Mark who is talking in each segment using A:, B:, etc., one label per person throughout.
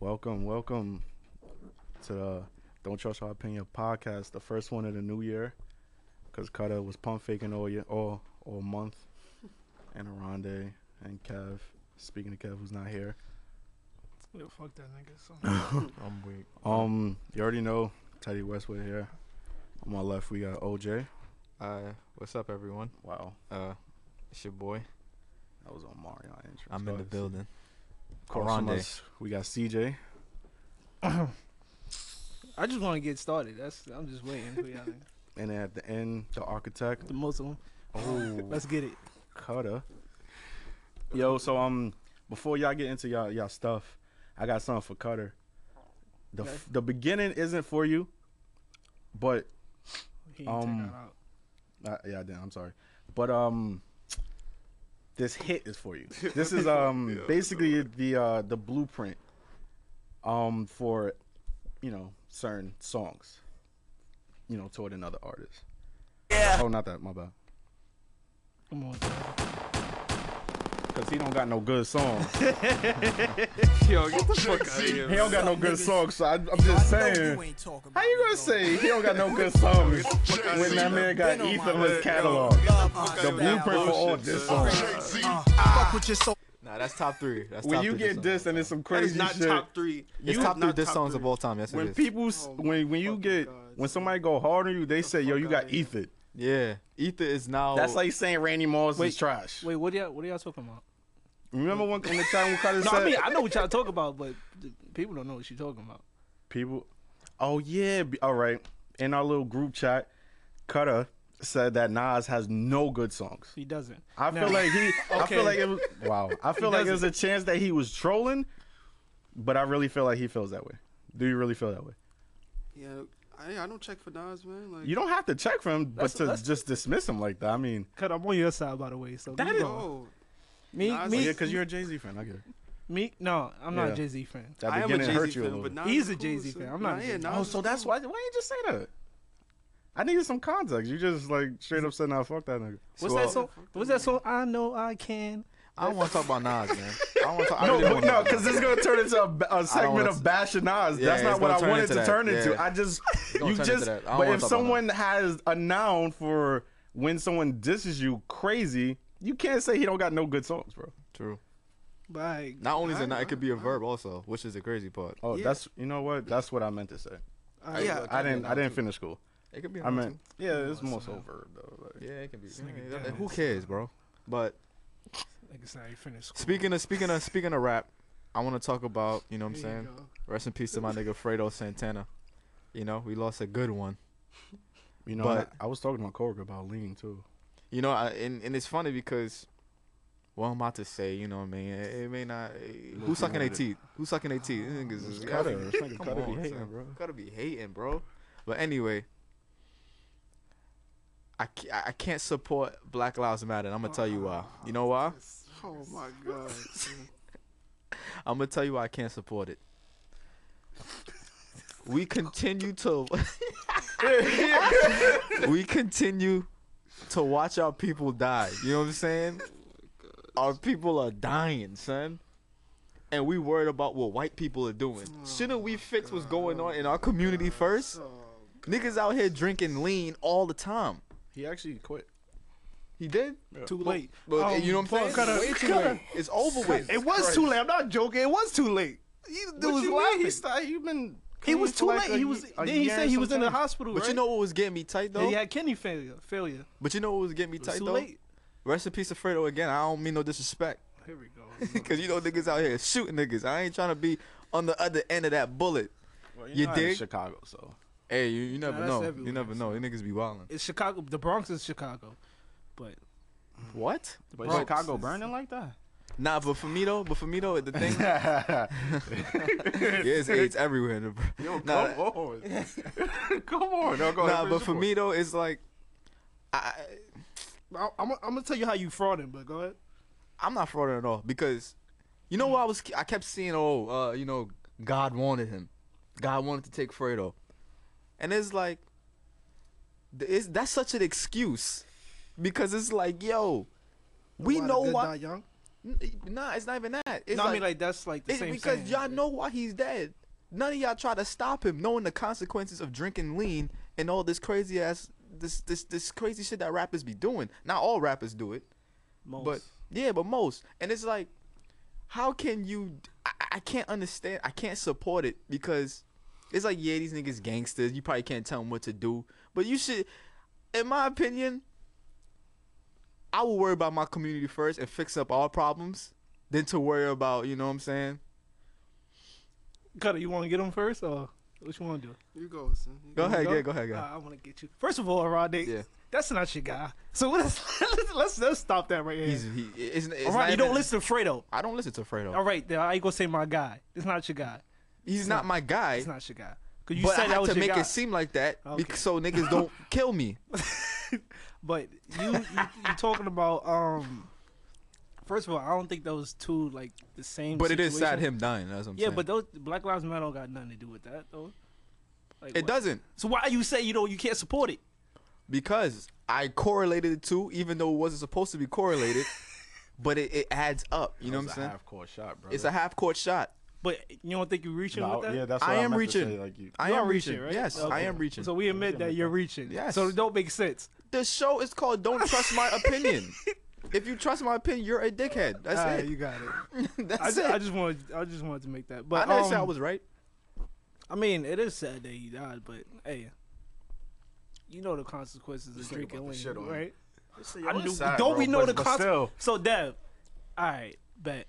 A: Welcome, welcome to the Don't Trust Our Opinion podcast, the first one of the new year, because Cutter was pump faking all year, all all month, and Aronde and Kev. Speaking of Kev, who's not here,
B: Yeah, fuck that nigga.
C: I'm weak.
A: um, you already know Teddy Westwood here. On my left, we got OJ.
C: Uh, what's up, everyone?
A: Wow,
C: Uh, it's your boy.
A: that was on Mario intro.
C: I'm in the building.
A: Across from
C: Aronde.
A: us, we got CJ.
B: So. I just want to get started. That's I'm just waiting for y'all. niggas.
A: And then at the end, the architect.
B: The Muslim.
A: Oh,
B: Let's get it.
A: Cutter. Yo, so um, before y'all get into y'all y'all stuff, I got something for Cutter. The
B: Okay.
A: f- the beginning isn't for you, but
B: He
A: Um,
B: um, out.
A: uh, yeah, damn, I'm sorry, but um, this hit is for you. This is um basically the uh the blueprint um for you know certain songs, you know toward another artist. Yeah. Oh, not that. My bad.
B: Come on.
A: Cause he don't got no good songs.
C: Yo, get the fuck out of
A: He
C: here.
A: don't got no good songs, so I, I'm just saying. How you gonna say he don't got no good songs when that man got Ether on his catalog? The blueprint for all diss songs.
D: Fuck with your soul.
C: Nah, that's top three. That's
A: When
C: top
A: you
C: three diss
A: get
C: songs.
A: dissed and it's some
E: That
A: crazy
E: is not
A: shit,
E: top three.
C: It's
E: You-
C: top three
E: not
C: diss songs of
E: three.
C: all time. Yes, it
A: when
C: is.
A: people, s- when when you
B: fucking
A: get,
B: God,
A: when somebody go hard on you, they say, "Yo, you got
B: outta here.
A: Ether."
C: yeah, Ether is now.
A: That's like saying Randy Moss is
B: Wait,
A: trash.
B: Wait, what are y'all what are y'all talking about?
A: Remember when in the time when Carter
B: No,
A: said
B: I mean I know what y'all talk about, but the people don't know what you're talking about.
A: people? Oh yeah, b- all right. In our little group chat, Cutter said that Nas has no good songs.
B: He doesn't.
A: I
B: Now-
A: feel like he. I
B: Okay.
A: feel like it was. Wow. I feel like there's a chance that he was trolling, but I really feel like he feels that way. Do you really feel that way?
E: Yeah, I, I don't check for Nas, man. Like,
A: You don't have to check for him, but
B: That's-
A: to
B: that's-
A: just dismiss him like that. I mean,
B: Cut, I'm on your side by the way. So
A: That
B: keep
A: is-
B: going.
E: no.
B: me,
E: Nas-
B: me,
A: yeah, because you're a Jay Z fan. I get it.
B: me. No, I'm not
A: Yeah.
B: a Jay Z fan.
A: That
E: I am a
A: beginning
E: Jay
A: hurt
E: Z
A: you a
E: fan,
A: little.
E: but Nas
B: He's
E: is
B: a
E: cool,
B: Jay-Z
E: so-
B: fan. I'm not
E: Nah,
B: a
E: yeah,
B: Jay-Z.
E: Nas
A: oh,
E: is
A: so that's
E: cool.
A: why. Why you just say that? I needed some context. You just like straight up said, "Nah, fuck that nigga."
B: What's
C: Well-
B: that song? What's that song? I know I can.
C: I don't want to talk about Nas, man. I don't want to talk. I
A: No,
C: really
A: but
C: don't
A: no,
C: wanna talk
A: because
C: about
A: this is gonna turn into a, ba- a segment
C: wanna
A: of
C: s-
A: bashing Nas.
C: Yeah,
A: That's
C: it's
A: not what
C: gonna
A: I
C: turn
A: wanted
C: into
A: to
C: that.
A: turn into.
C: Yeah.
A: I just
C: gonna
A: you
C: turn into
A: just.
C: that. I
A: But
C: don't wanna
A: if
C: talk about
A: someone has a noun for when someone disses you crazy, you can't say he don't got no good songs, bro.
C: Nas. True.
B: Bye.
C: Not only is it not, it could be a verb also, which is the crazy part.
A: Oh,
E: Yeah.
A: that's you know what? That's what I meant to say.
E: Yeah,
A: I didn't. I didn't finish school.
C: It could be. a
A: I Oh,
C: noun,
A: meant. Yeah, it's more
B: it's a
A: so verb though.
C: too.
A: like-
C: Yeah, it can be.
B: nigga
C: yeah,
B: dumb.
C: who cares, bro? But
B: Niggas not even finished school.
C: speaking of speaking of speaking of rap, I want to talk about. You know what I'm
B: Here you
C: saying?
B: go.
C: Rest in peace to my nigga Fredo Santana. You know, we lost a good one.
A: You know,
C: But-
A: and I, I was talking to my coworker about leaning too.
C: You know, I, and and it's funny because what I'm about to say, you know what I mean? It, it may not. eh, who's sucking their teeth? Who's sucking their teeth? This nigga's
A: Cutter, this nigga
C: Come
A: Cutter be
C: on, son.
A: hating, bro.
C: Gotta be hating, bro. But anyway, I, ca- I can't support Black Lives Matter. And I'm gonna tell you why. You know why?
E: Oh my god.
C: I'm gonna tell you why I can't support it. We continue to we continue to watch our people die. You know what I'm saying? Our people are dying, son. And we worried about what white people are doing.
B: Oh
C: Shouldn't we fix what's going on in our community first? Niggas out here drinking lean all the time.
A: He actually quit.
C: He did?
B: Too late.
C: But
B: Um,
C: you know what I'm saying?
B: fuck, Cutter,
C: Way too
B: Cutter.
C: late. It's over with.
B: It was too late. I'm not joking. It was too late. He, it was laughing.
A: He started. He been.
B: He was too late. he was. Then he said he was in the
A: hospital.
B: hospital.
C: But
B: right?
C: you know what was getting me tight though?
B: And he had kidney failure. Failure.
C: But you know what was getting me
B: It was
C: tight
B: too
C: though?
B: late.
C: Rest in peace, Fredo. Again, I don't mean no disrespect,
B: Here we go.
C: cause you know niggas out here shooting niggas. I ain't trying to be on the other end of that bullet.
A: Well,
C: You
A: know I'm in
C: dig?
A: Chicago, so
C: Hey, you, you never
B: that's
C: know. You
B: everywhere,
C: never know. You niggas be wilding.
B: it's Chicago. The Bronx is Chicago, but
C: What?
A: but
B: Bronx
A: Chicago
B: is-
A: burning like that.
C: Nah, but for me though, but for me though, the thing. yeah, it's AIDS everywhere. in the br- nah,
A: Come on, come on. No, go ahead,
C: nah,
A: finish
C: but for
A: your
C: me though, it's like, I,
B: I, I'm, I'm gonna tell you how you frauding. But go ahead.
C: I'm not frauding at all because, you know what I was? I kept seeing, oh, uh, you know, God wanted him. God wanted to take Fredo, and it's like, th- it's, that's such an excuse because it's like, yo, we
B: Why the
C: know
B: good
C: why.
B: die young.
C: N- Nah, it's not even that. It's
B: No,
C: like,
B: I mean like that's like the
C: it's
B: same
C: because
B: thing.
C: y'all know why he's dead. None of y'all try to stop him, knowing the consequences of drinking lean and all this crazy ass, this this this crazy shit that rappers be doing. Not all rappers do it,
B: Most.
C: but yeah, but most. And it's like, how can you? I, I can't understand. I can't support it because it's like, yeah, these niggas gangsters. You probably can't tell them what to do, but you should. In my opinion, I will worry about my community first and fix up all problems, than to worry about you know what I'm saying.
B: Cutter, you want to get him first or what you want to do?
E: You go, son. You
C: Go ahead,
B: You
C: yeah, go ahead, go
B: Uh,
C: ahead.
B: I want to get you first of all, Rodney.
C: Yeah.
B: That's not your guy. So let's let's let's, let's stop that right here.
C: He's he. It's, it's
B: all
C: not
B: right, you
C: even-
B: don't listen to Fredo.
C: I don't listen to Fredo.
B: All right, then I ain't gonna say my guy. It's not your guy.
C: He's not my guy.
B: It's not your guy. Cause you
C: but
B: said
C: I
B: that
C: had
B: was
C: to
B: your
C: make
B: guy.
C: it seem like that bec-
B: Okay.
C: so niggas don't kill me.
B: But you, you you talking about um. First of all, I don't think those two like the same.
C: But it is sad
B: situation.
C: him dying. That's what I'm
B: Yeah,
C: saying.
B: but those Black Lives Matter don't got nothing to do with that though. Like,
C: it
B: what-
C: doesn't
B: So why you say you know you can't support it?
C: because I correlated it too, even though it wasn't supposed to be correlated. but it, it adds up. You know what I'm saying?
A: half court shot, bro.
C: It's a half court shot.
B: But you don't think you're reaching with that?
A: yeah, that's what I,
C: I am
A: meant to
C: reaching.
A: say, like, you-
C: I
B: You
C: am
B: are
C: reaching.
B: right?
C: Yes, I
B: Okay.
C: am reaching.
B: So we admit that you're reaching.
C: Yes.
B: So it don't make sense.
C: the show is called "Don't Trust My Opinion." if you trust my opinion, you're a dickhead. That's
B: Alright,
C: it.
B: you got it. I,
C: That's
B: ju-
C: it.
B: I just wanted I just wanted to make that.
C: I
B: But
C: never
B: um,
C: said I was right.
B: I mean, it is sad that he died, but hey, you know the consequences of
A: think
B: drinking
A: about the
B: lean,
A: shit on
B: right?
A: I
B: I
A: knew-
B: knew- don't we know the
A: but still.
B: consequences? So Dev, all right, bet.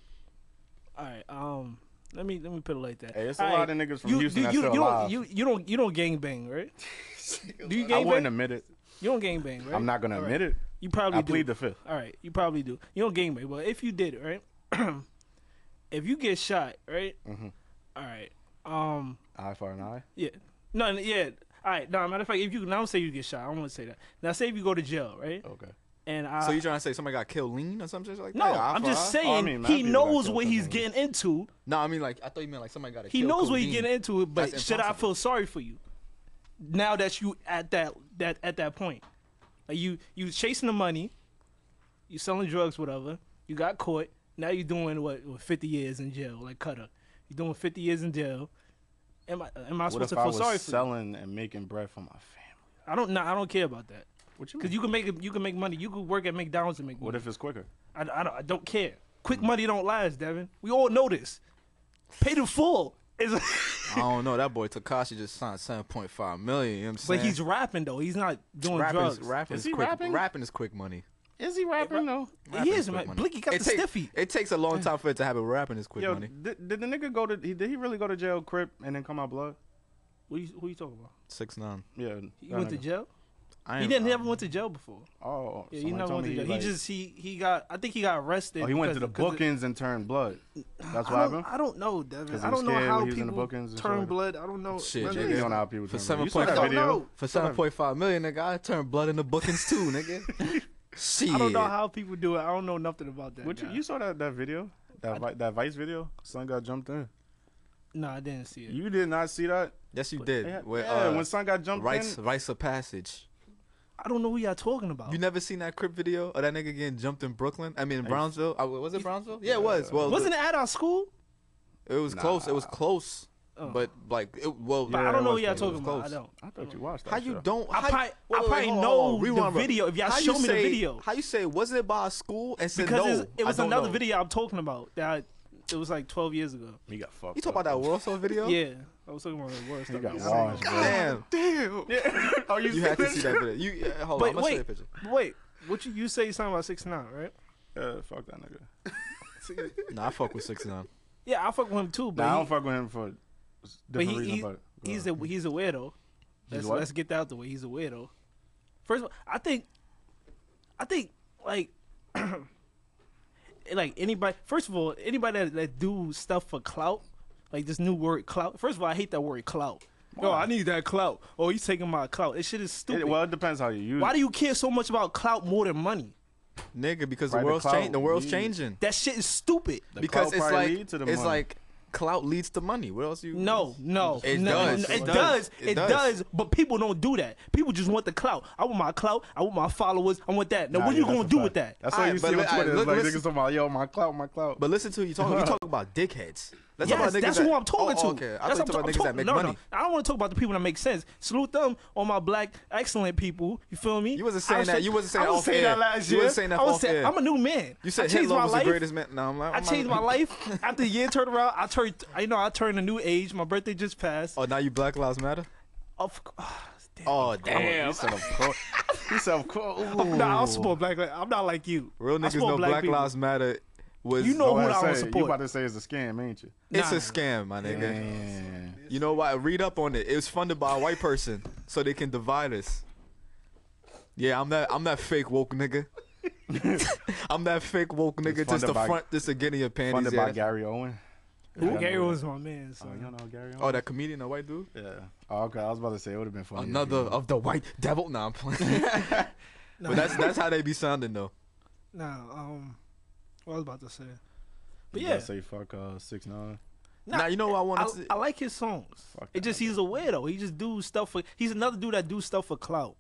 B: All right, um, let me let me put it like that.
A: Hey, it's a
B: All
A: lot of niggas from
B: you,
A: Houston
B: do
A: that's
B: you,
A: still
B: you
A: alive.
B: Don't, you you don't you don't gang bang, right? do you
A: I
B: gang
A: wouldn't
B: bang?
A: admit it.
B: You don't gang bang, right?
A: I'm not gonna
B: All right.
A: admit it.
B: You probably
A: I
B: do.
A: plead the fifth.
B: All right, you probably do. You don't gangbang, but if you did, right? if you get shot, right?
A: Mm-hmm.
B: All right. Um.
A: Eye for an eye.
B: Yeah. No. n- Yeah. All right. No. Matter of fact, if you now say you get shot, I don't want to say that. Now say if you go to jail, right?
A: Okay.
B: And I.
C: So you trying to say somebody got killed lean or something like
B: no,
C: that? Eye
B: I'm
C: for
B: just
C: eye?
B: saying
A: Oh, I mean,
B: he
A: mad people got
B: knows
A: killed,
B: what he's
A: doesn't
B: getting into.
C: No, I mean like I thought you meant like somebody got.
B: He knows what he's getting into, but
C: That's
B: should I
C: impossible.
B: feel sorry for you now that you at that that at that point? Like you you chasing the money, you selling drugs, whatever. You got caught. Now you're doing what, what 50 years in jail, like Cutter. You're doing 50 years in jail. Am I am I
A: What
B: supposed
A: if
B: to
A: I
B: feel
A: was
B: sorry for you?
A: selling and making bread for my family?
B: I don't know. I don't care about that.
A: What
B: Cause you can make you can make money. You could work at McDonald's and make
A: What
B: money.
A: if it's quicker?
B: I, I don't, I don't care. Quick money don't last, Devin. We all know this. Pay the full is.
C: I don't know. That boy Takashi just signed seven point five million. You know what I'm saying?
B: But he's rapping though. He's not doing
C: rapping.
B: drugs.
C: Is, rapping
A: Is
C: is,
A: he
C: quick.
A: rapping?
C: Rapping is quick money.
A: Is he rapping though?
B: he
C: Rapping
B: is.
C: quick
B: Man.
C: money.
B: Blicky got
C: It
B: the
C: take-
B: stiffy.
C: It takes a long time for it to happen. but Rapping is quick
A: Yo,
C: money.
A: did, did the nigga go to? he- Did he really go to jail, crip, and then come out blood?
B: What you, who you talking about?
C: Six nine.
A: Yeah.
B: He
A: that
B: went to
A: nigga.
B: jail.
C: I
B: He
C: ain't-
B: didn't
C: I-
B: never went to jail before.
A: Oh,
B: Yeah, he
A: somebody
B: never
A: told
B: went to
A: me
B: jail. He
A: like-
B: just he he got. I think he got arrested.
A: Oh, he went to
B: because-
A: the
B: because it-
A: bookings and turned blood. That's what
B: I don't,
A: happened.
B: I don't know, Devin.
A: Because
B: I
A: he was
B: don't know
A: scared
B: how
A: when he was in the
B: people
A: bookings and shit
B: turn
A: like that.
B: blood. I don't know.
C: Shit,
B: My
C: nigga.
A: You
B: nigga,
A: don't know how people
C: For
A: turn blood.
C: seven
A: You saw
C: point
A: that
C: five-
A: video.
B: No.
C: For seven point five million, nigga, I turned blood in the bookings too, nigga. Shit.
B: I don't know how people do it. I don't know nothing about that.
A: What you,
B: guy.
A: you saw that that video? That vi- that Vice video? Son got jumped in.
B: Nah, I didn't see it.
A: You did not see that?
C: Yes, you did.
A: Yeah,
C: Where,
A: yeah,
C: uh,
A: when son got jumped
C: rites,
A: in.
C: rites of passage.
B: I don't know who y'all talking about.
C: You never seen that crip video of that nigga getting jumped in Brooklyn? I mean, in Brownsville. Uh, was it Brownsville? Yeah, it was. Well,
B: Wasn't it at our school?
C: it was close. It was close. But like, it, well,
B: Oh. But I don't
A: it
B: know who
A: was
B: y'all
A: close, it
B: talking
C: was
B: about. I
C: close.
B: don't.
A: I thought you watched that.
C: How you
A: shit.
C: don't?
B: I
C: how,
B: probably- I probably
C: hold on,
B: know
C: hold on,
B: the
C: rewind, bro.
B: video if y'all
C: How you
B: show me the
C: say-
B: video.
C: How you say? Was it by a school and said
B: Because
C: no?
B: it's- it
C: I
B: was
C: don't
B: another
C: know.
B: video I'm talking about that I, it was like 12 years ago.
A: He got fucked.
C: You talk about that World Soul video?
B: Yeah, I was talking about the worst.
A: He
B: stuff.
A: got
B: Yeah.
A: washed. bro.
C: Damn.
E: Damn.
A: Oh, you,
C: You had to see that video. You uh, hold
B: But
C: on. I'm gonna show you a
B: wait,
C: picture.
B: wait. What you, you say? You something about six nine, right?
A: Uh, fuck that nigga.
C: Nah, I fuck with six nine.
B: Yeah, I fuck with him too, but,
A: Nah, I
B: he-
A: don't fuck with him for
B: but
A: different
B: he,
A: reasons.
B: he-
A: but go
B: he's
A: ahead.
B: a he's a weirdo. Let's
A: what?
B: let's get that out the way. He's a weirdo. First of all, I think, I think like. Like anybody, first of all, anybody that, that do stuff for clout, like this new word clout. First of all, I hate that word clout. Yo, I need that clout. Oh, he's taking my clout. This shit is stupid.
A: It- well, it depends how you use.
B: Why
A: it.
B: do you care so much about clout more than money?
C: Nigga, because
A: Right, the
C: the world's
A: clout
C: changing. The world's
A: lead.
C: changing.
B: That shit is stupid.
A: The
C: because
A: clout
C: it's
A: probably
C: like
A: lead to the
C: it's
A: money.
C: like clout leads to money. What else you?
B: No, no,
C: It
B: no,
C: does,
B: no,
C: it
B: it
C: does,
B: does,
C: it
B: it
C: does.
B: does. But people don't do that. People just want the clout. I want my clout. I want my followers. I want that. Now,
A: Nah,
B: what
A: yeah,
B: you
A: that's
B: gonna
A: a
B: do
A: fact.
B: with that?
A: That's what
C: Alright,
A: you
C: but
A: see on
C: li- alright,
A: Twitter. It's
C: look-
A: like
C: listen-
A: niggas talking about, yo, my clout, my clout.
C: But listen to who you talking. You talking about dickheads. Let's talk
B: yes,
C: about niggas
B: that's
C: that,
B: who I'm talking
C: oh,
B: to.
C: oh, Okay, I
B: that's
C: thought you talking about niggas that make
B: no,
C: money.
B: No, I don't want to talk about the people that make sense. Salute them, all my black excellent people. You feel me?
C: You wasn't
B: I
C: saying
B: was
C: that.
B: saying-
C: You wasn't saying
B: I was
C: off
B: saying
C: air.
B: that last
C: You
B: year.
C: wasn't saying that
B: I was
C: off
B: saying
C: air.
B: I'm a new man.
C: You
B: I
C: said
B: changed
C: Hitler
B: my
C: was
B: life.
C: the greatest man. No, I'm not.
B: I
C: I'm not-
B: changed my life after the year turned around. I turned, you know, I turned a new age. My birthday just passed.
C: Oh, now you Black Lives Matter.
B: Of, oh, damn.
C: Oh damn.
A: You said, of course. You said, of course.
B: Nah, I'll support black. li- I'm not like you.
C: Oh. Real
B: I
C: niggas
B: support
C: know Black,
B: people.
C: Lives Matter was.
B: You know
A: All
B: who
A: that
B: I don't
A: say, You
B: support.
A: about to say it's a scam, ain't you?
C: it's a
B: Nah.
C: scam, my nigga.
A: Damn.
C: You know why? Read up on it. It was funded by a white person, so they can divide us. Yeah, I'm that. I'm that fake woke nigga. I'm that fake woke nigga just
A: funded
C: to
A: by-
C: front, just to get in your panties.
A: Funded by
C: Yeah.
A: Gary Owen.
B: Who Gary was my man. So.
A: Oh, you don't know Gary Owen?
C: Oh, that comedian, the white dude.
A: Yeah. Oh, okay. I was about to say it would have been funny. if you
C: Another
B: Oh,
A: knew.
C: of the white devil. Nah, I'm playing. but that's that's how they be sounding though.
B: Nah, um, what I was about to say. But
A: You
B: yeah,
A: gotta Say fuck uh six nine.
B: nah,
C: now you know what I want
B: I,
C: to. see.
B: I like his songs.
A: Fuck
B: It
A: that
B: just he's a weirdo. He just do stuff for. He's another dude that do stuff for clout.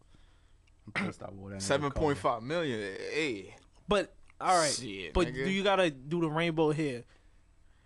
A: I'm pissed I wore that. nigga
C: Seven point
A: color.
C: five million. Hey,
B: But all right,
C: Shit,
B: but
C: nigga.
B: do you gotta do the rainbow hair?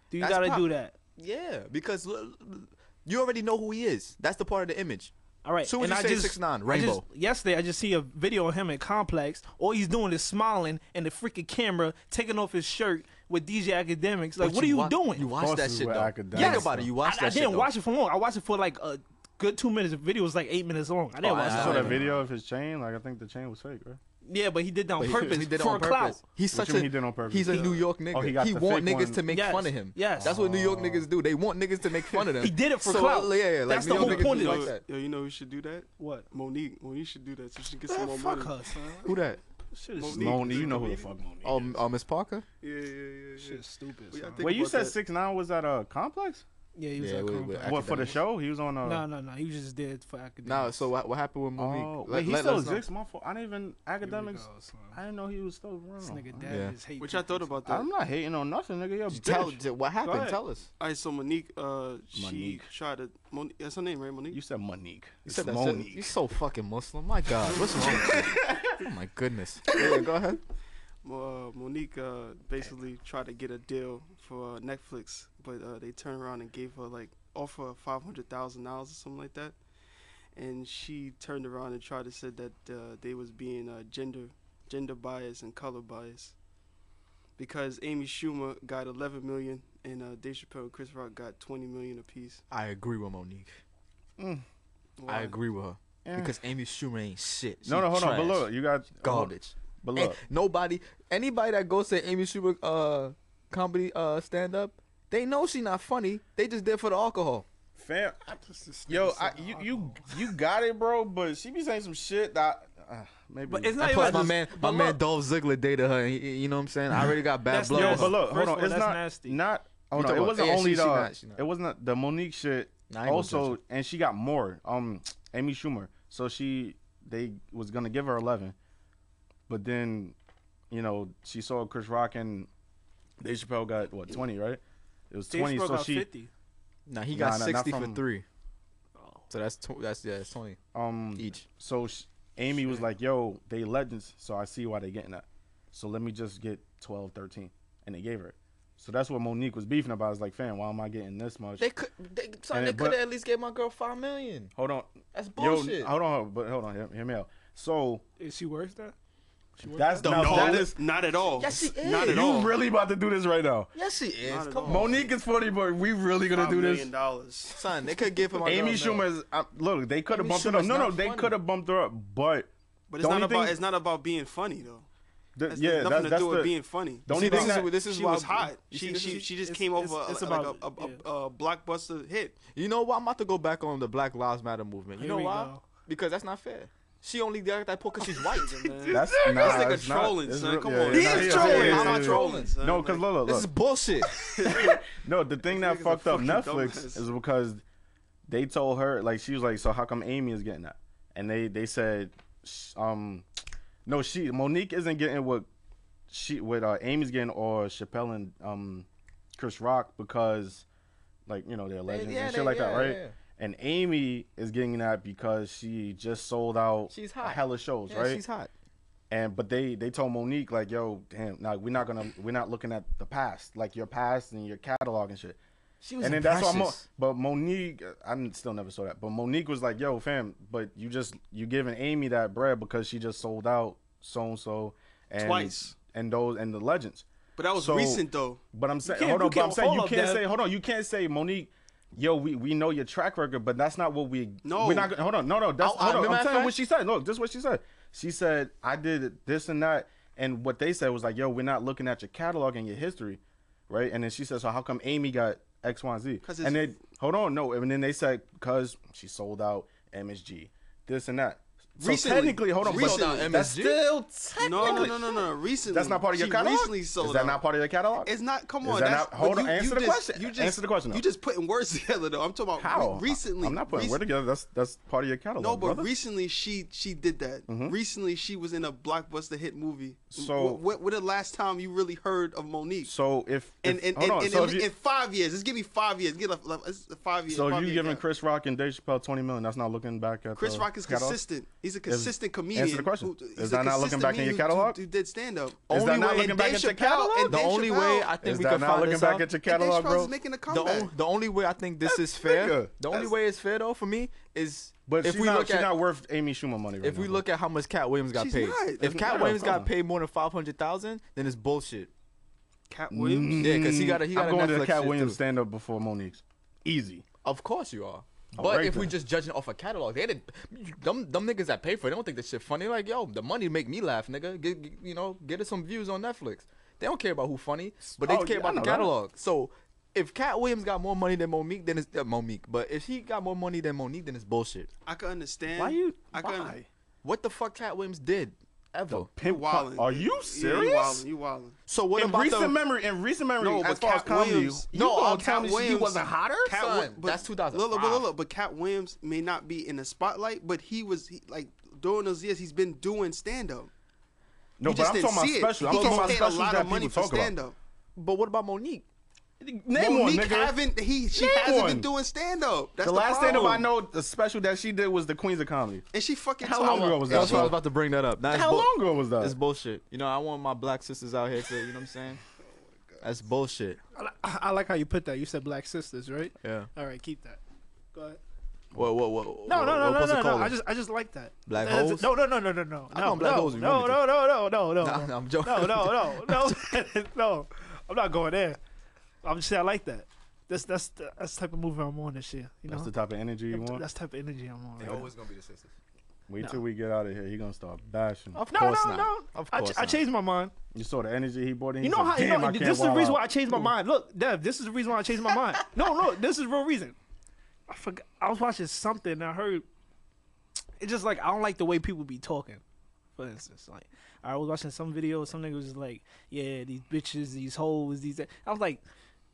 B: Do you
C: That's
B: gotta
C: pop-
B: do that?
C: yeah, because l- l- you already know who he is. That's the part of the image.
B: All right.
C: Soon as
B: and
C: you
B: I
C: say
B: just
C: 6ix9ine,
B: I
C: Rainbow.
B: just- yesterday, I just see a video of him in Complex. All he's doing is smiling, and the freaking camera taking off his shirt with DJ Academics. Like,
C: But
B: what are you
C: wa-
B: doing?
C: You watch that
A: Bosses
C: shit
A: were
C: though.
A: academics,
C: Think about it.
A: though.
C: You watch
B: I,
C: that
B: I
C: shit.
B: didn't
C: though.
B: watch it for long. I watched it for like a good two minutes. The video was like eight minutes long. I didn't
C: Oh,
B: watch it.
C: I
A: You
C: saw
A: saw
C: that
A: that video of his chain. Like I think the chain was fake, right?
B: Yeah, but he did that on
C: But he-
B: purpose
C: He did it
B: for
C: on
B: a clout.
C: purpose. He's
A: What
C: such
A: you mean
C: a
A: he did it on purpose?
C: He's a
A: Yeah.
C: New York nigga.
A: Oh,
C: he
A: he got the
C: want
A: fake
C: niggas
A: one.
C: to make
B: Yes,
C: fun of him.
B: yes.
C: That's what New York niggas do. They want niggas to make fun of them.
B: He did it for
C: so,
B: clout.
C: Yeah, yeah, like
B: That's
C: New
B: the
C: York
B: whole
C: niggas
B: point of
C: do
E: yo,
C: like
B: this.
C: that.
E: yo, you know who should do that?
B: What?
E: Monique. Monique should do that so she can get some
B: Man,
E: more
B: Ah, fuck
E: money.
B: her, son.
C: Who that?
B: Shit is,
E: Monique,
A: Monique,
E: the
A: you know who the
E: comedian.
A: fuck Monique.
C: Oh, m- oh, Miss Parker.
E: Yeah, yeah, yeah. yeah.
B: shit is stupid.
E: Well, yeah, I
B: son.
E: think-
A: Wait, you
E: about
A: said
E: that.
A: six nine was at a complex?
B: Yeah, he was
C: Yeah,
B: at
C: wait,
B: Complex.
C: wait,
A: What for the
C: Academics.
A: show? He was on a.
B: No, no, no. He was just dead for academics.
C: Nah. So what, what happened with
A: Oh,
C: Monique?
A: wait,
C: Let-
A: he
C: let
A: still
C: us know.
A: exists. My fault. I didn't even
B: Here we
A: academics.
B: go, son.
A: I didn't know he was still around.
B: This nigga
A: I-
B: dad
C: Yeah.
B: is hate.
E: Which I thought about that.
A: I'm not hating on nothing, nigga. You're a
C: Just Tell
A: bitch.
C: t- what happened.
A: ahead.
C: Tell us.
E: All right, so Monique, uh, she
A: Monique.
E: tried to. Mon- that's her name, right? Monique.
A: You said Monique.
C: You
A: It's
C: said that shit.
A: Monique.
C: You're so fucking Muslim. My God, what's wrong? with you? Oh my goodness. Yeah, go ahead.
E: Mo- uh, Monique uh, basically tried to get a deal for uh, Netflix, but uh, they turned around and gave her like offer five hundred thousand dollars or something like that, and she turned around and tried to said that uh, they was being uh, gender gender bias and color bias, because Amy Schumer got eleven million and uh, Dave Chappelle and Chris Rock got twenty million apiece.
C: I agree with Monique. I
E: Why?
C: agree with her
A: Eh.
C: because Amy Schumer ain't shit.
A: No,
C: She
A: no, hold
C: trash.
A: on. But look, you got
C: garbage.
A: But
C: And
A: look,
C: nobody, anybody that goes to Amy Schumer uh, comedy uh, stand up, they know she not funny. They just there for the alcohol.
A: fam. I- Yo, I, you you you got it, bro. But she be saying some shit that uh, maybe.
B: But it's
C: And
B: not even.
C: plus,
B: like
C: my
B: this-
C: man, my
B: but
C: man
B: look,
C: Dolph Ziggler dated her. And he, you know what I'm saying? I already got bad
B: That's
C: blood.
B: nasty.
C: with
A: Yo, but
C: her.
A: look, hold
B: First of
A: on.
B: all,
A: It's
B: that's
A: not
B: nasty.
A: not.
C: You
A: Hold on.
C: talking
A: It
C: about-
A: wasn't
C: yeah, she-
A: only
C: she
A: the.
C: not- she not.
A: It wasn't the Monique shit.
C: Nah, I ain't gonna
A: also,
C: judge
A: and she got more. Um, Amy Schumer. So she they was gonna give her eleven, but then, you know, she saw Chris Rock and Dave Chappelle got what twenty, right? It was
B: Dave
A: twenty.
B: Chappelle
A: So
B: got
A: she
B: 50.
C: Nah, he
A: Nah,
C: got
A: nah, not
C: 60 for
A: from-
C: three. So that's tw- that's yeah, that's 20
A: um
C: each.
A: So sh Amy was like, "Yo, they legends, so I see why they getting that. So let me just get 12, 13. and they gave her. it. So that's what Monique was beefing about. I was like, "Fam, why am I getting this much?"
C: They could, they, son,
A: And
C: they
A: it-
C: could
A: but-
C: at least gave my girl five million.
A: hold on,
C: That's
A: yo,
C: bullshit.
A: hold on, but hold on, hear, hear me out. So
B: Is she worth that?
A: that's the
E: No,
A: that is
E: not at all.
C: Yes, she
E: Not
C: is.
E: at
A: you
E: all.
A: really about to do this right now.
C: yes, she is.
E: Not at
C: Come
E: all.
C: on,
A: Monique is funny, but we really gonna
E: Five
A: do this.
E: million dollars.
C: son. They could give her my
A: Amy
C: girl now.
A: Schumer's uh, look, they could have
C: Amy
A: bumped her up.
C: Schumer's
A: No, no,
C: not
A: they
C: funny.
A: could have bumped her up, but the
E: But it's not
A: only
E: about
A: thing-
E: it's not about being funny though.
A: the-
E: That's,
A: yeah,
E: yeah,
A: that's,
E: nothing to
A: that's
E: do with
A: the
E: being funny.
A: the only
C: See, this
A: thing
C: is
A: that-
C: what- this is
E: she
C: why-
E: was hot.
C: you
E: She
C: see, this
E: she
C: is-
E: she just
B: it's-
E: came
B: it's-
E: over
B: it's
E: like
B: about-
E: a, a,
B: yeah.
E: a, a blockbuster hit.
C: You know what? I'm about to go back on the Black Lives Matter movement. You
B: Here
C: know
B: we
C: why?
B: go.
C: Because that's not fair. She only got that poke because she's white.
A: That's nah,
E: nigga
A: it's not.
E: trolling,
A: It's
E: son.
A: real-
E: Come
A: yeah,
E: on.
A: yeah,
E: He
A: nah,
C: is
A: yeah,
C: trolling.
A: yeah,
C: I'm not
A: yeah.
C: trolling, son.
A: No, because look, look,
C: this is
A: look.
C: bullshit.
A: No, the thing that
E: nigga's a
A: fucked up
E: fucking
A: Netflix
E: dumbass.
A: is because they told her like she was like, so how come Amy is getting that? And they they said, sh- um, no, she Monique isn't getting what she what uh, Amy's getting or Chappelle and um Chris Rock because like you know they're legends
C: yeah,
A: and shit
C: they-
A: like
C: yeah,
A: that, right?
C: yeah.
A: And Amy is getting that because she just sold out
C: She's
A: a
C: hot.
A: hella shows,
C: Yeah,
A: right?
C: she's hot.
A: And but they they told Monique like, yo, damn, now we're not gonna we're not looking at the past, like your past and your catalog and shit.
C: She was
A: and then that's why. Mo-
C: impressive.
A: but Monique, uh, I still never saw that. But Monique was like, "Yo, fam, but you just you giving Amy that bread because she just sold out so and so and
E: Twice.
A: and those and the legends."
E: But that was
A: So-
E: recent though.
A: But I'm saying, hold
B: can't- you
A: on. But I'm
B: can't-
A: saying you
B: hold up,
A: can't
B: Dev.
A: say, hold on. You can't say Monique. Yo, we, we know your track record, but that's not what we.
E: No.
A: we're not. gonna- Hold on, no, no. That's
C: I- I
A: hold on.
C: remember
A: I'm
C: that
A: telling
C: fact?
A: what she said. Look, this is what she said. She said I did this and that, and what they said was like, yo, we're not looking at your catalog and your history, right? And then she said, so how come Amy got X, Y, and Z?
E: 'Cause
A: And
E: it's-
A: they hold on, no. And then they said because she sold out MSG, this and that. So
E: Recently.
A: technically, hold on,
E: She
A: but
E: sold out
A: that's
C: MSG?
A: still technically.
E: No, no, no, no, no. Recently,
A: That's not part of your
E: she
A: catalog.
E: Recently sold
A: Is that
E: out.
A: not part of your catalog?
E: It's not. Come
A: Is
E: on.
A: that
E: that's,
A: not- hold
E: but
A: on, answer the
E: just-
A: question.
E: You just,
A: Answer the question,
E: You
A: though.
E: just putting words together though. I'm talking about
A: How?
E: re- recently.
A: I'm not putting
E: rec-
A: word together. That's that's part of your catalog.
E: No, but
A: brother.
E: recently she she did that. Recently she was in a blockbuster hit movie.
A: So-
E: when, when the last time you really heard of Monique?
A: so if, if
E: and and,
A: hold
E: and,
A: on,
E: and
A: so
E: at
A: if
E: le-
A: you,
E: in five years, just give me five years. Get a, like, it's a five years.
A: so if
E: five
A: you
E: year
A: giving
E: gap.
A: Chris Rock and Dave Chappelle twenty million, that's not looking back at
E: Chris
A: the
E: Rock is
A: catalog?
E: consistent. He's a consistent comedian.
A: answer the question.
E: who-
A: Is
E: he's a
A: that not looking
E: consistent
A: back in your
E: comedian who-
A: catalog?
E: Who did stand up?
A: Is that
C: Only
A: not
C: way-
A: looking
E: and
A: back
E: Dave
A: at your
E: Chappelle-
A: catalog?
E: and
C: The
E: Dave
C: only
E: Chappelle-
C: way I think
A: Is
C: we
A: that
C: can
A: not
C: find
A: looking
C: this
A: back
C: out-
A: at your
E: And Dave
A: catalog,
E: Chappelle
A: bro?
E: is making a
C: the,
E: comeback.
C: on, the only way I think this is fair.
A: nigga,
C: The only
A: that's-
C: way it's fair though for me is
A: But
C: if
A: she's
C: we
A: not,
C: look
A: she's
C: at
A: not worth Amy Schumer money. Right
C: if we
A: now,
C: look at how much Cat Williams got
E: She's
C: paid.
E: not.
C: If Cat
A: not,
C: Williams
A: hold on.
C: got paid more than five hundred thousand, then it's bullshit.
E: Cat
A: bro.
E: Williams.
C: Yeah, 'cause he got a- he got
A: I'm
C: a
A: going to the
C: Netflix
A: Cat
C: shit,
A: Williams
C: too.
A: stand up before Monique's. Easy.
C: Of course you are.
A: All
C: But
A: right,
C: if we
A: then.
C: just judging off a catalog, they didn't. Them, them niggas that pay for it, they don't think this shit funny. Like, yo, the money make me laugh, nigga. Get, get- you know, get us some views on Netflix. They don't care about who funny, but they
A: Oh, yeah,
C: care
A: I
C: about the
A: know that.
C: catalog. So if Cat Williams got more money than Monique, then it's uh, Monique. But if he got more money than Monique, then it's bullshit.
E: I can understand.
A: Why you?
E: I can.
A: why?
C: What the fuck Cat Williams did ever?
A: Pimp
E: Wildin'.
A: Are you
E: Yeah, you
A: serious?
E: wildin'. You wildin'.
C: so what
A: in
C: about
A: recent
C: the?
A: memory, in recent memory,
E: No,
A: as
E: but
A: far
E: Cat
A: as comedy,
E: Williams.
A: you
C: No,
A: gonna
C: I'm
A: tell
E: Cat
A: me she
E: Williams-
A: wasn't hotter?
E: Cat
C: Son,
E: Wi- but-
C: that's 2005.
E: Look, look, but look, look, but Cat Williams may not be in the spotlight, but he was he, like during those years he's been doing stand up.
A: No,
E: you just didn't see
A: special.
E: it.
A: I'm talking
E: He gets
A: about
E: paid a
A: specials
E: lot
A: that
E: of money
A: people
E: for
A: talk
E: stand
A: about.
E: up.
C: But what about Monique?
A: Name one,
E: Monique
A: nigga.
E: haven't he she
A: Name
E: hasn't
A: one.
E: been doing stand up. That's
A: The last stand up I
E: problem.
A: know, the special that she did was the Queens of Comedy.
E: And she fucking
A: How
E: talk-
A: long ago was that,
C: That's why I
A: bro?
C: was about to bring that up. Nah, it's
A: How
C: bull-
A: long ago was that?
C: It's bullshit. You know, I want my black sisters out here to, you know what I'm saying?
A: Oh
C: That's bullshit.
B: I, li- I like how you put that. You said black sisters, right?
C: Yeah.
B: All right, keep that. Go ahead.
C: What, what, what?
B: No,
C: what,
B: no, no,
C: what
B: no,
C: supposed to
B: no,
C: call
B: no. I
C: it?
B: just, I just like that.
C: Black
B: That's-
C: holes?
B: No, no, no, no, no, no.
C: I
B: no,
C: call 'em black
B: no,
C: holes if you
B: No,
C: want me
B: no, no, no, no, no.
C: Nah, nah, I'm joking.
B: No, no, no, no, no. I'm not going there. I'm just saying I like that. That's that's the, that's the type of movie I'm on this year. You know,
A: That's the type of energy you want.
B: that's the type of energy I'm on. Right now.
F: Always gonna be the sisters.
A: Wait till we get out of here. He gonna start bashing.
C: Of
B: No,
C: course
B: no,
C: not.
B: no.
C: Of
B: I,
C: course
B: ch- I
C: not.
B: changed my mind.
A: You saw the energy he brought in. He
B: You know
A: said,
B: how? You
A: Damn,
B: know,
A: I
B: this
A: can't
B: is the
A: wild
B: reason
A: out."
B: why I changed my mind. Look, Dev, this is the reason why I changed my mind. No, no, this is real reason. I forgot. I was watching something and I heard. It's just like I don't like the way people be talking. For instance, like I was watching some video, some nigga was just like, "Yeah, these bitches, these hoes, these." that." I was like,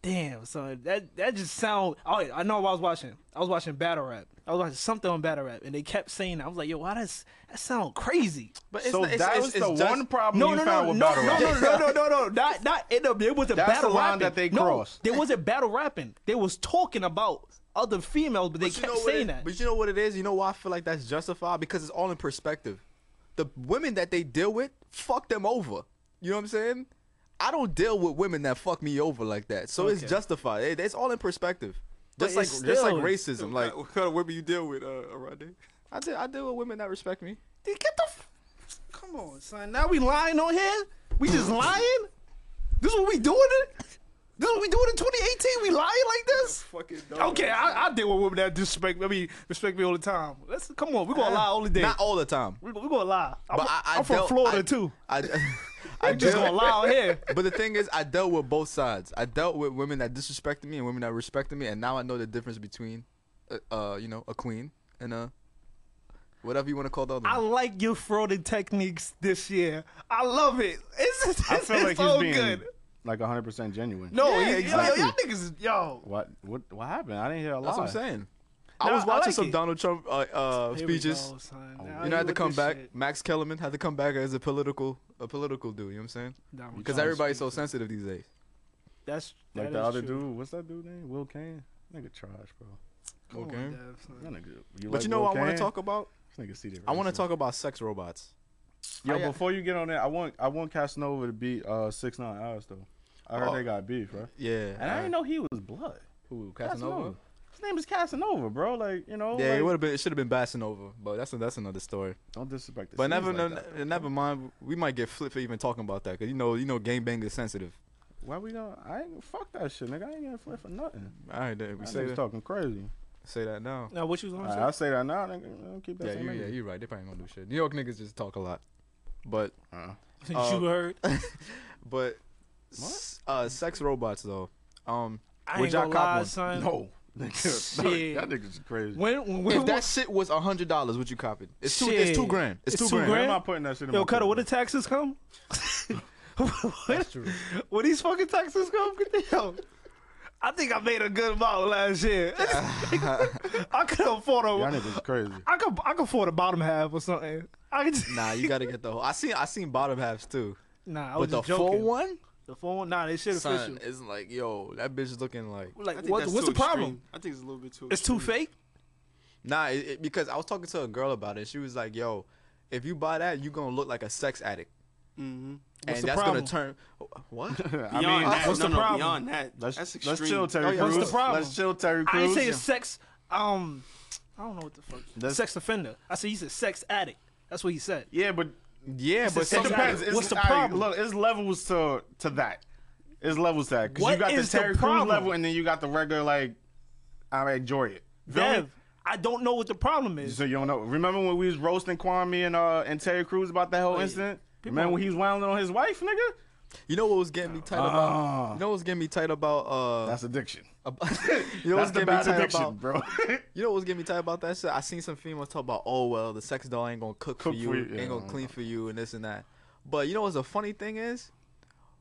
B: "Damn, son, that that just sound." Oh, I know what I was watching. I was watching battle rap. I was watching something on battle rap, and they kept saying, that. "I was like, yo, why does that sound crazy?"
C: But
A: So that was the one problem
B: No,
A: you
B: no,
A: found
B: no, no,
A: with
B: no,
A: battle rap.
B: no, no, no, no, no, not not. It, it was a
A: That's
B: battle
A: the line
B: rapping.
A: that they
B: no,
A: crossed.
B: There was a battle rapping. They was talking about other females, but they
C: you
B: kept
C: know what
B: saying
C: it-
B: that.
C: But you know what it is? You know why I feel like that's justified? Because it's all in perspective. The women that they deal with, fuck them over. You know what I'm saying? I don't deal with women that fuck me over like that. So it's
B: Okay.
C: justified. It- it's all in perspective. Just like,
B: it's
C: just like
B: still-
C: racism. Like
E: what kind of women you deal with, uh, Arade?
C: I deal, I deal with women that respect me.
B: Dude, Get the. F- Come on, son. Now we lying on here. We just lying. This what we doing it. This what we doing in 2018. We lying like this.
E: Fucking dog.
B: Okay, I, I deal with women that disrespect. I mean, respect me all the time. Let's come on. We gonna lie all the day.
C: Not all the time.
B: we, we gonna lie. I'm,
C: But I, I
B: am from
C: dealt-
B: Florida
C: I-
B: too.
C: I, I
B: I'm just
C: dealt-
B: gonna lie out here.
C: But the thing is, I dealt with both sides. I dealt with women that disrespected me and women that respected me, and now I know the difference between, uh, uh you know, a queen and a whatever you want to call the other.
B: I
C: one.
B: like your frauding techniques this year. I love it. It's, it's,
A: I feel like
B: it's so
A: he's being
B: good.
A: like 100 percent genuine.
B: No,
C: Yeah,
B: you,
C: exactly.
B: yo, y'all niggas, is- yo.
A: What what what happened? I didn't hear a lot.
C: That's what I'm saying. I
B: Nah,
C: was
B: I
C: watching
B: like
C: some
B: it.
C: Donald Trump uh, uh,
B: Here we
C: speeches. Oh,
B: go, son. Now
C: You know, I had to
B: with
C: come
B: this
C: back.
B: shit.
C: Max Kellerman had to come back as a political, a political dude. You know what I'm saying?
B: Donald
C: Because
B: Trump
C: everybody's so
B: speeches.
C: sensitive these days.
B: That's
A: Like
B: that
A: the
B: is
A: other
B: true.
A: dude, what's that dude name? Will Kane. Nigga trash, bro.
E: Come on,
C: Okay.
E: Dev, son.
A: That nigga,
C: But you know what I want to talk about?
A: Nigga CD
C: I want to
A: Racing.
C: talk about sex robots.
A: Yo,
C: I-
A: before you get on that, I want I want Casanova to beat uh six nine hours though. I heard
C: Oh.
A: they got beef, right?
C: Yeah.
A: And I didn't know he was blood.
C: who
A: Casanova. His name is Casanova, bro. Like you know,
C: Yeah,
A: like,
C: it would have been. It should have been Bassanova, but that's that's another story.
A: don't disrespect. the
C: But
A: C's
C: never,
A: like
C: no,
A: that.
C: ne- never mind. We might get flipped for even talking about that because you know, you know, gangbang is sensitive.
A: Why we gonna? I ain't fuck that shit, nigga. I ain't gonna flip for nothing.
C: All right, then, we
A: We
C: say
A: say
C: that,
A: talking crazy.
C: say that now.
B: Now, what you was
A: All
B: gonna
A: right,
C: Uh,
B: say?
A: I say that now, nigga. I don't keep that.
C: Yeah,
A: same
C: you,
A: energy.
C: yeah, you're right. They probably ain't gonna do shit. New York niggas just talk a lot, but
A: Uh-uh.
C: Uh,
B: you heard?
C: but s- uh, sex robots though. Um,
B: I
C: would
B: ain't
C: y'all
B: gonna
C: cop
B: lie,
C: one?
B: son.
A: No, nigga,
B: Shit.
A: that nigga's crazy.
B: When when
C: if that shit was a hundred dollars, would you cop it? It's two. It's two
B: Shit.
C: grand. It's,
B: It's
C: two,
B: two
C: grand.
A: Where
B: grand?
A: am I putting that shit? In
B: yo,
A: my
B: Cutter,
A: pocket?
B: where the taxes come?
C: That's true.
B: Where these fucking taxes come? Yo, I think I made a good amount last year. I could afford a.
A: Y'all niggas crazy.
B: I could I could afford the bottom half or something. I could just,
C: nah, you gotta get the whole. I seen I seen bottom halves too,
B: nah, I was
C: but the
B: just joking.
C: full one,
B: the full one, nah, they shit
C: son,
B: official.
C: is like yo, that bitch is looking like
E: I
B: Like,
E: think
B: what,
E: that's
B: what's
E: too
B: the problem?
E: extreme. I think it's a little bit too.
B: It's too
E: extreme.
B: fake.
C: Nah, it, it- because I was talking to a girl about it. She was like, "Yo, if you buy that, you gonna look like a sex addict,
E: Mhm.
B: Mm-hmm. What's
C: and
B: the
C: that's
B: problem?
C: gonna turn what?
A: I
E: Beyond
A: mean,
E: that,
B: what's
E: no,
B: the
E: no,
B: problem?
E: Beyond that,
A: let's
E: that's extreme.
A: let's chill, Terry
C: Oh, yeah,
A: Crews.
C: what's the
B: problem?
A: Let's chill, Terry
B: I
A: Crews.
B: didn't say it's sex. Um, I don't know what the fuck.
A: That's-
B: sex offender. I said he's a sex addict. That's what he said.
A: yeah, but
C: yeah, but
A: It
B: sex
C: some-
A: depends.
B: addict.
A: It's,
B: What's the
A: all right,
B: problem?
A: look, it's levels to to that. It's levels to that because you
B: What
A: got the
B: is the
A: Terry Crews
B: problem?
A: level, and then you got the regular like I enjoy it. Feel me?
B: Dev, I don't know what the problem is.
A: So you don't know. Remember when we was roasting Kwame and uh and Terry Crews about that whole incident? Remember when he was wilding on his wife, nigga?
C: you know what was getting me tight about? You know what was getting me tight about? Uh,
A: Uh, That's addiction.
C: about- you know
A: That's
C: what's
A: the
C: getting me
A: bad
C: tight
A: addiction,
C: about?
A: bro.
C: You know what was getting me tight about that shit? I seen some females talk about, "Oh well, the sex doll ain't gonna cook,
A: Cook
C: for you,
A: for you, yeah,
C: ain't
A: I
C: gonna clean for you, and this and that." But you know what's the funny thing is,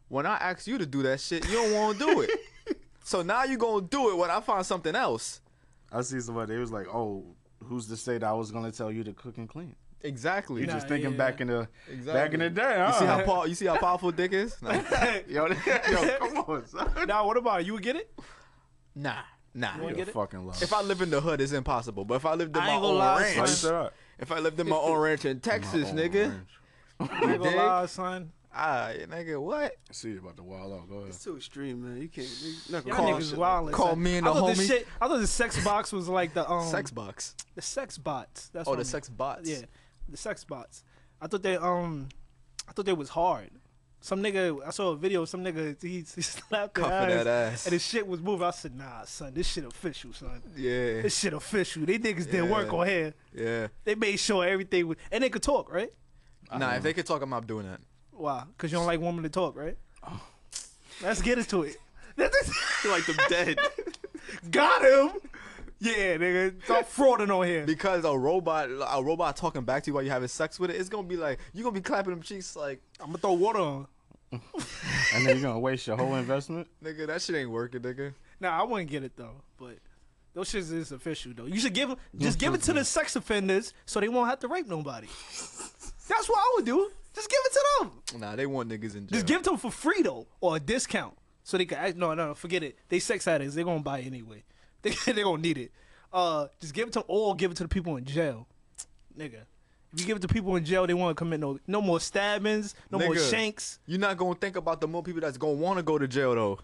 C: when I ask you to do that shit, you don't want to do it. So now you gonna do it when I find something else.
A: I see somebody. It was like, oh, who's to say that I was gonna tell you to cook and clean?
C: Exactly.
A: You
B: Nah,
A: just thinking
B: yeah.
A: back in the
C: Exactly.
A: back in the day.
C: You see how
A: Huh?
C: pow- you see how powerful dick is? Nah,
A: yo, yo, come on, son.
B: Now, what about it? you? Would get it?
C: nah. nah.
B: wanna
A: You're
B: get it?
A: fucking lost.
C: If I lived in the hood, it's impossible. But if I lived in
B: I
C: my
B: ain't gonna
C: own
B: lie,
A: Why you
C: ranch,
A: say that?
C: if I lived in my own ranch in Texas,
A: Oh,
C: nigga,
A: ranch.
B: I ain't gonna
C: dig?
B: lie, son.
C: ah, nigga, what?
A: I see you about to wild out. Go ahead.
E: It's too extreme, man. You can't. you not
B: Y'all
E: gonna call
B: niggas
E: shit
B: wild.
C: Call me and
B: I
C: the
B: thought this
C: homie.
B: shit- I thought the sex box was like the um
C: sex box.
B: the sex bots. That's
C: Oh,
B: what
C: the
B: I mean.
C: sex bots.
B: Yeah, the sex bots. I thought they um, I thought they was hard. Some nigga, I saw a video. of Some nigga, he, he slapped their
C: Cuffing
B: ass,
C: that ass.
B: and his shit was moving. I said, Nah, son, this shit official, son.
C: Yeah.
B: This shit official. They niggas did work
C: Yeah.
B: on here.
C: Yeah.
B: They made sure everything was, and they could talk, right?
C: Nah, if they could talk, I'm not doing that.
B: Why? Cause you don't like women to talk, right? Let's get into it.
E: You like them dead.
B: Got him. Yeah, nigga, stop frauding on here.
C: Because a robot, a robot talking back to you while you're having sex with it, it's gonna be like you're gonna be clapping them cheeks like,
B: I'm gonna throw water on.
A: and then you're gonna waste your whole investment.
C: nigga, that shit ain't working, nigga.
B: Nah, I wouldn't get it though. But those shits is official though. You should give 'em- just give it to the sex offenders so they won't have to rape nobody. That's what I would do. Just give it to them.
C: Nah, they want niggas in jail.
B: Just give it to them for free though, or a discount so they can. Act, no, no, no, forget it. They sex addicts. They're gonna buy it anyway. They they gonna need it. Uh, just give it to 'em or give it to the people in jail, nigga. If you give it to people in jail, they won't commit no no more stabbings, no more
C: Nigga.
B: shanks.
C: You're not gonna think about the more people that's gonna want to go to jail though.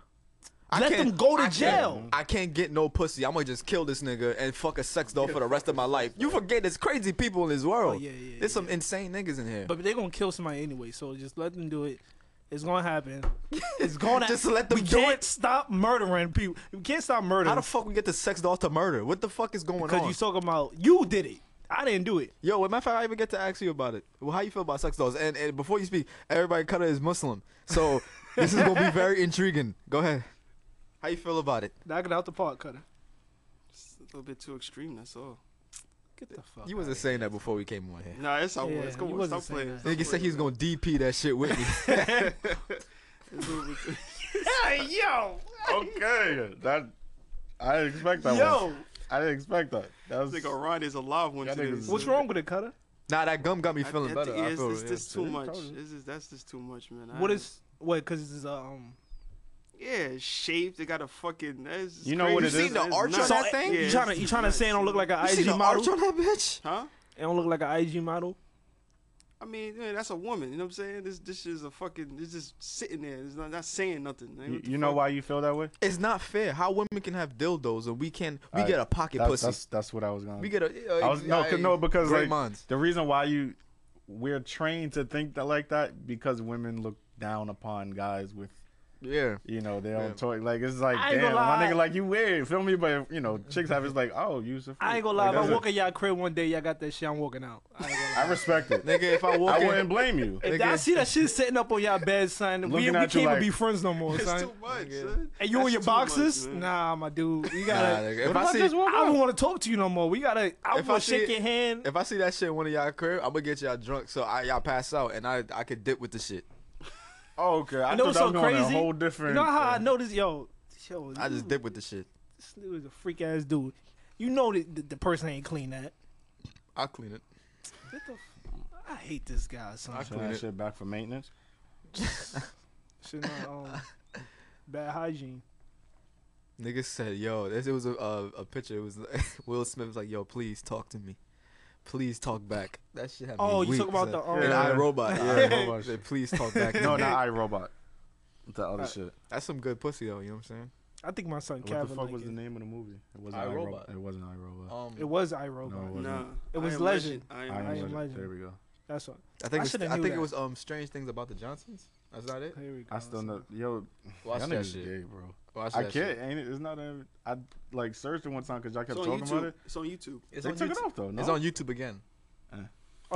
C: I
B: Let
C: can't-
B: them go to
C: I can't-
B: jail.
C: I can't get no pussy. I'm gonna just kill this nigga and fuck a sex doll for the rest of my life. You forget there's crazy people in this world.
B: Oh, yeah, yeah,
C: There's some insane niggas in here.
B: But they're gonna kill somebody anyway, so just let them do it. It's gonna happen. It's gonna
C: Just let them
B: we
C: do
B: can't
C: it.
B: Stop murdering people. We can't stop
C: How
B: murdering
C: the fuck we get the sex doll to murder? What the fuck is going
B: because
C: on?
B: you talking about you did it. I didn't do it.
C: Yo, as a matter of fact, I even get to ask you about it. Well, how you feel about sex dolls? And, and before you speak, everybody cutter is Muslim, so this is gonna be very intriguing. Go ahead. How you feel about it?
B: Knock it out the park, cutter.
E: It's a little bit too extreme. That's all.
B: Get the fuck.
C: You wasn't saying that before we came on here.
E: Nah, it's how
B: Yeah,
E: it's
B: you
E: going.
B: wasn't
E: Stop
B: saying
E: playing.
B: that.
E: Stop
C: Nigga said
E: playing.
C: he was gonna DP that shit with me.
E: It's a little bit too-
B: hey yo,
A: okay, that I didn't expect that.
B: yo,
A: one. I didn't expect that. That was
E: This nigga Ryan is alive one
A: Y'all
E: today.
A: niggas-
B: what's wrong with it, cutter?
C: Nah, that gum got me
E: I-
C: feeling
E: I
C: better.
E: think
C: I
E: it's,
C: feel
E: it's
C: yeah.
E: just too
A: Yeah,
E: much.
A: totally.
B: Uh,
E: It's just, that's just too much, man. I
B: What
E: ain't-
B: is what? Because it's um,
E: Yeah, shaped. They got a fucking. That's
A: You know what
E: crazy.
A: it You seen is? the
E: It's
C: arch on
E: nuts.
C: that thing?
E: Yeah,
B: eh, you
E: it's
B: trying to you trying to
E: nuts.
B: say I don't look like an
C: You see
B: IG
C: the arch
B: model?
C: on that bitch?
E: Huh?
B: I don't look like an IG model.
E: I mean, man, that's a woman. You know what I'm saying? This this is a fucking. It's just sitting there. It's not, not saying nothing. man.
A: You,
E: What the
A: you know
E: fuck?
A: why you feel that way?
C: It's not fair. How women can have dildos and we can we
A: Alright,
C: get a pocket
A: That's,
C: pussy.
A: that's that's what I was gonna.
C: we get a
A: I was no, 'cause- no, because
C: great
A: like
C: minds.
A: the reason why you we're trained to think that like that because women look down upon guys with
C: Yeah.
A: you know their own
C: Yeah.
A: toy. Like it's like
B: I ain't
A: damn,
B: gonna
A: my
B: lie.
A: nigga, like you weird, feel me? But you know, chicks have it's like oh, you. a
B: I ain't
A: freak.
B: gonna lie.
A: Like,
B: If I
A: that's
B: walk
A: it.
B: in y'all crib one day, y'all got that shit. I'm walking out. I ain't gonna lie.
A: I respect it.
C: Nigga, if I walk
A: I
C: in,
A: wouldn't blame you.
B: If
C: Nigga.
B: I see that shit sitting up on y'all bed, son, we, we
A: Looking
B: can't
A: at you
B: even
A: like-
B: be friends no more,
E: It's
B: son.
E: too much. son.
B: And you
E: That's
B: and your
E: too much,
B: boxes?
E: man.
B: nah, my dude. You
C: Nah,
B: gotta.
C: nigga, if I see
B: I don't want to talk to you no more. We gotta. I
C: If I
B: want to
C: see
B: shake
C: it-
B: your hand.
C: if I see that shit in one of y'all crib, I'm gonna get y'all drunk so I y'all pass out and I I could dip with the shit.
A: Oh, okay. I
B: You know
A: thought
B: what's
A: that
B: so
A: was going a
B: crazy?
A: whole different.
B: You know how I know this, yo? Yo,
C: I just
B: you-
C: dip with the shit.
B: This dude is a freak ass dude. You know that the, the person ain't clean that.
C: I clean it.
B: What the? F- I hate this guy, son.
C: I
A: Turn
C: clean
A: that
C: it.
A: shit back for maintenance.
B: Shit, no, um, bad hygiene.
C: Niggas said, "Yo, this, it was a, a a picture. It was Will Smith was like, yo, please talk to me, please talk back.' That shit had me
B: Oh, you talk
C: weak,
B: about
C: son.
B: the um,
C: and
A: Yeah.
C: I robot. Yeah,
A: iRobot
C: Said,
A: shit.
C: please talk back. to
A: No,
C: me."
A: not iRobot. The other shit.
C: That's some good pussy though. You know what I'm saying?
B: I think my son
A: What the
B: Kevin.
A: fuck
B: like
A: was
B: it.
A: the name of the movie? It wasn't
C: I,
A: iRobot.
C: Robot.
A: It wasn't iRobot.
C: Um,
B: It was iRobot.
A: No, it wasn't.
E: Nah,
B: It was
E: I am
B: legend.
E: I am
A: I Am
E: legend.
A: Legend.
B: Legend.
A: There we go.
B: That's what.
C: I think
B: I
C: it was,
B: shoulda
C: I
B: knew
C: think it
B: that.
C: was um strange things about the Johnsons. That's not it.
B: Here we go.
A: I still know. Yo,
C: Watch
A: y'all
C: that
A: niggas
C: shit.
A: gay, bro.
C: Watch
A: I
C: that
A: can't.
C: shit.
A: Ain't it? It's not. A, I like searched it one time because y'all
E: It's
A: kept
E: on
A: talking about
E: YouTube.
A: it.
E: It's on YouTube.
C: It's
A: they
C: on
A: took
C: YouTube.
A: it off though. No?
C: It's on YouTube again.
B: Oh,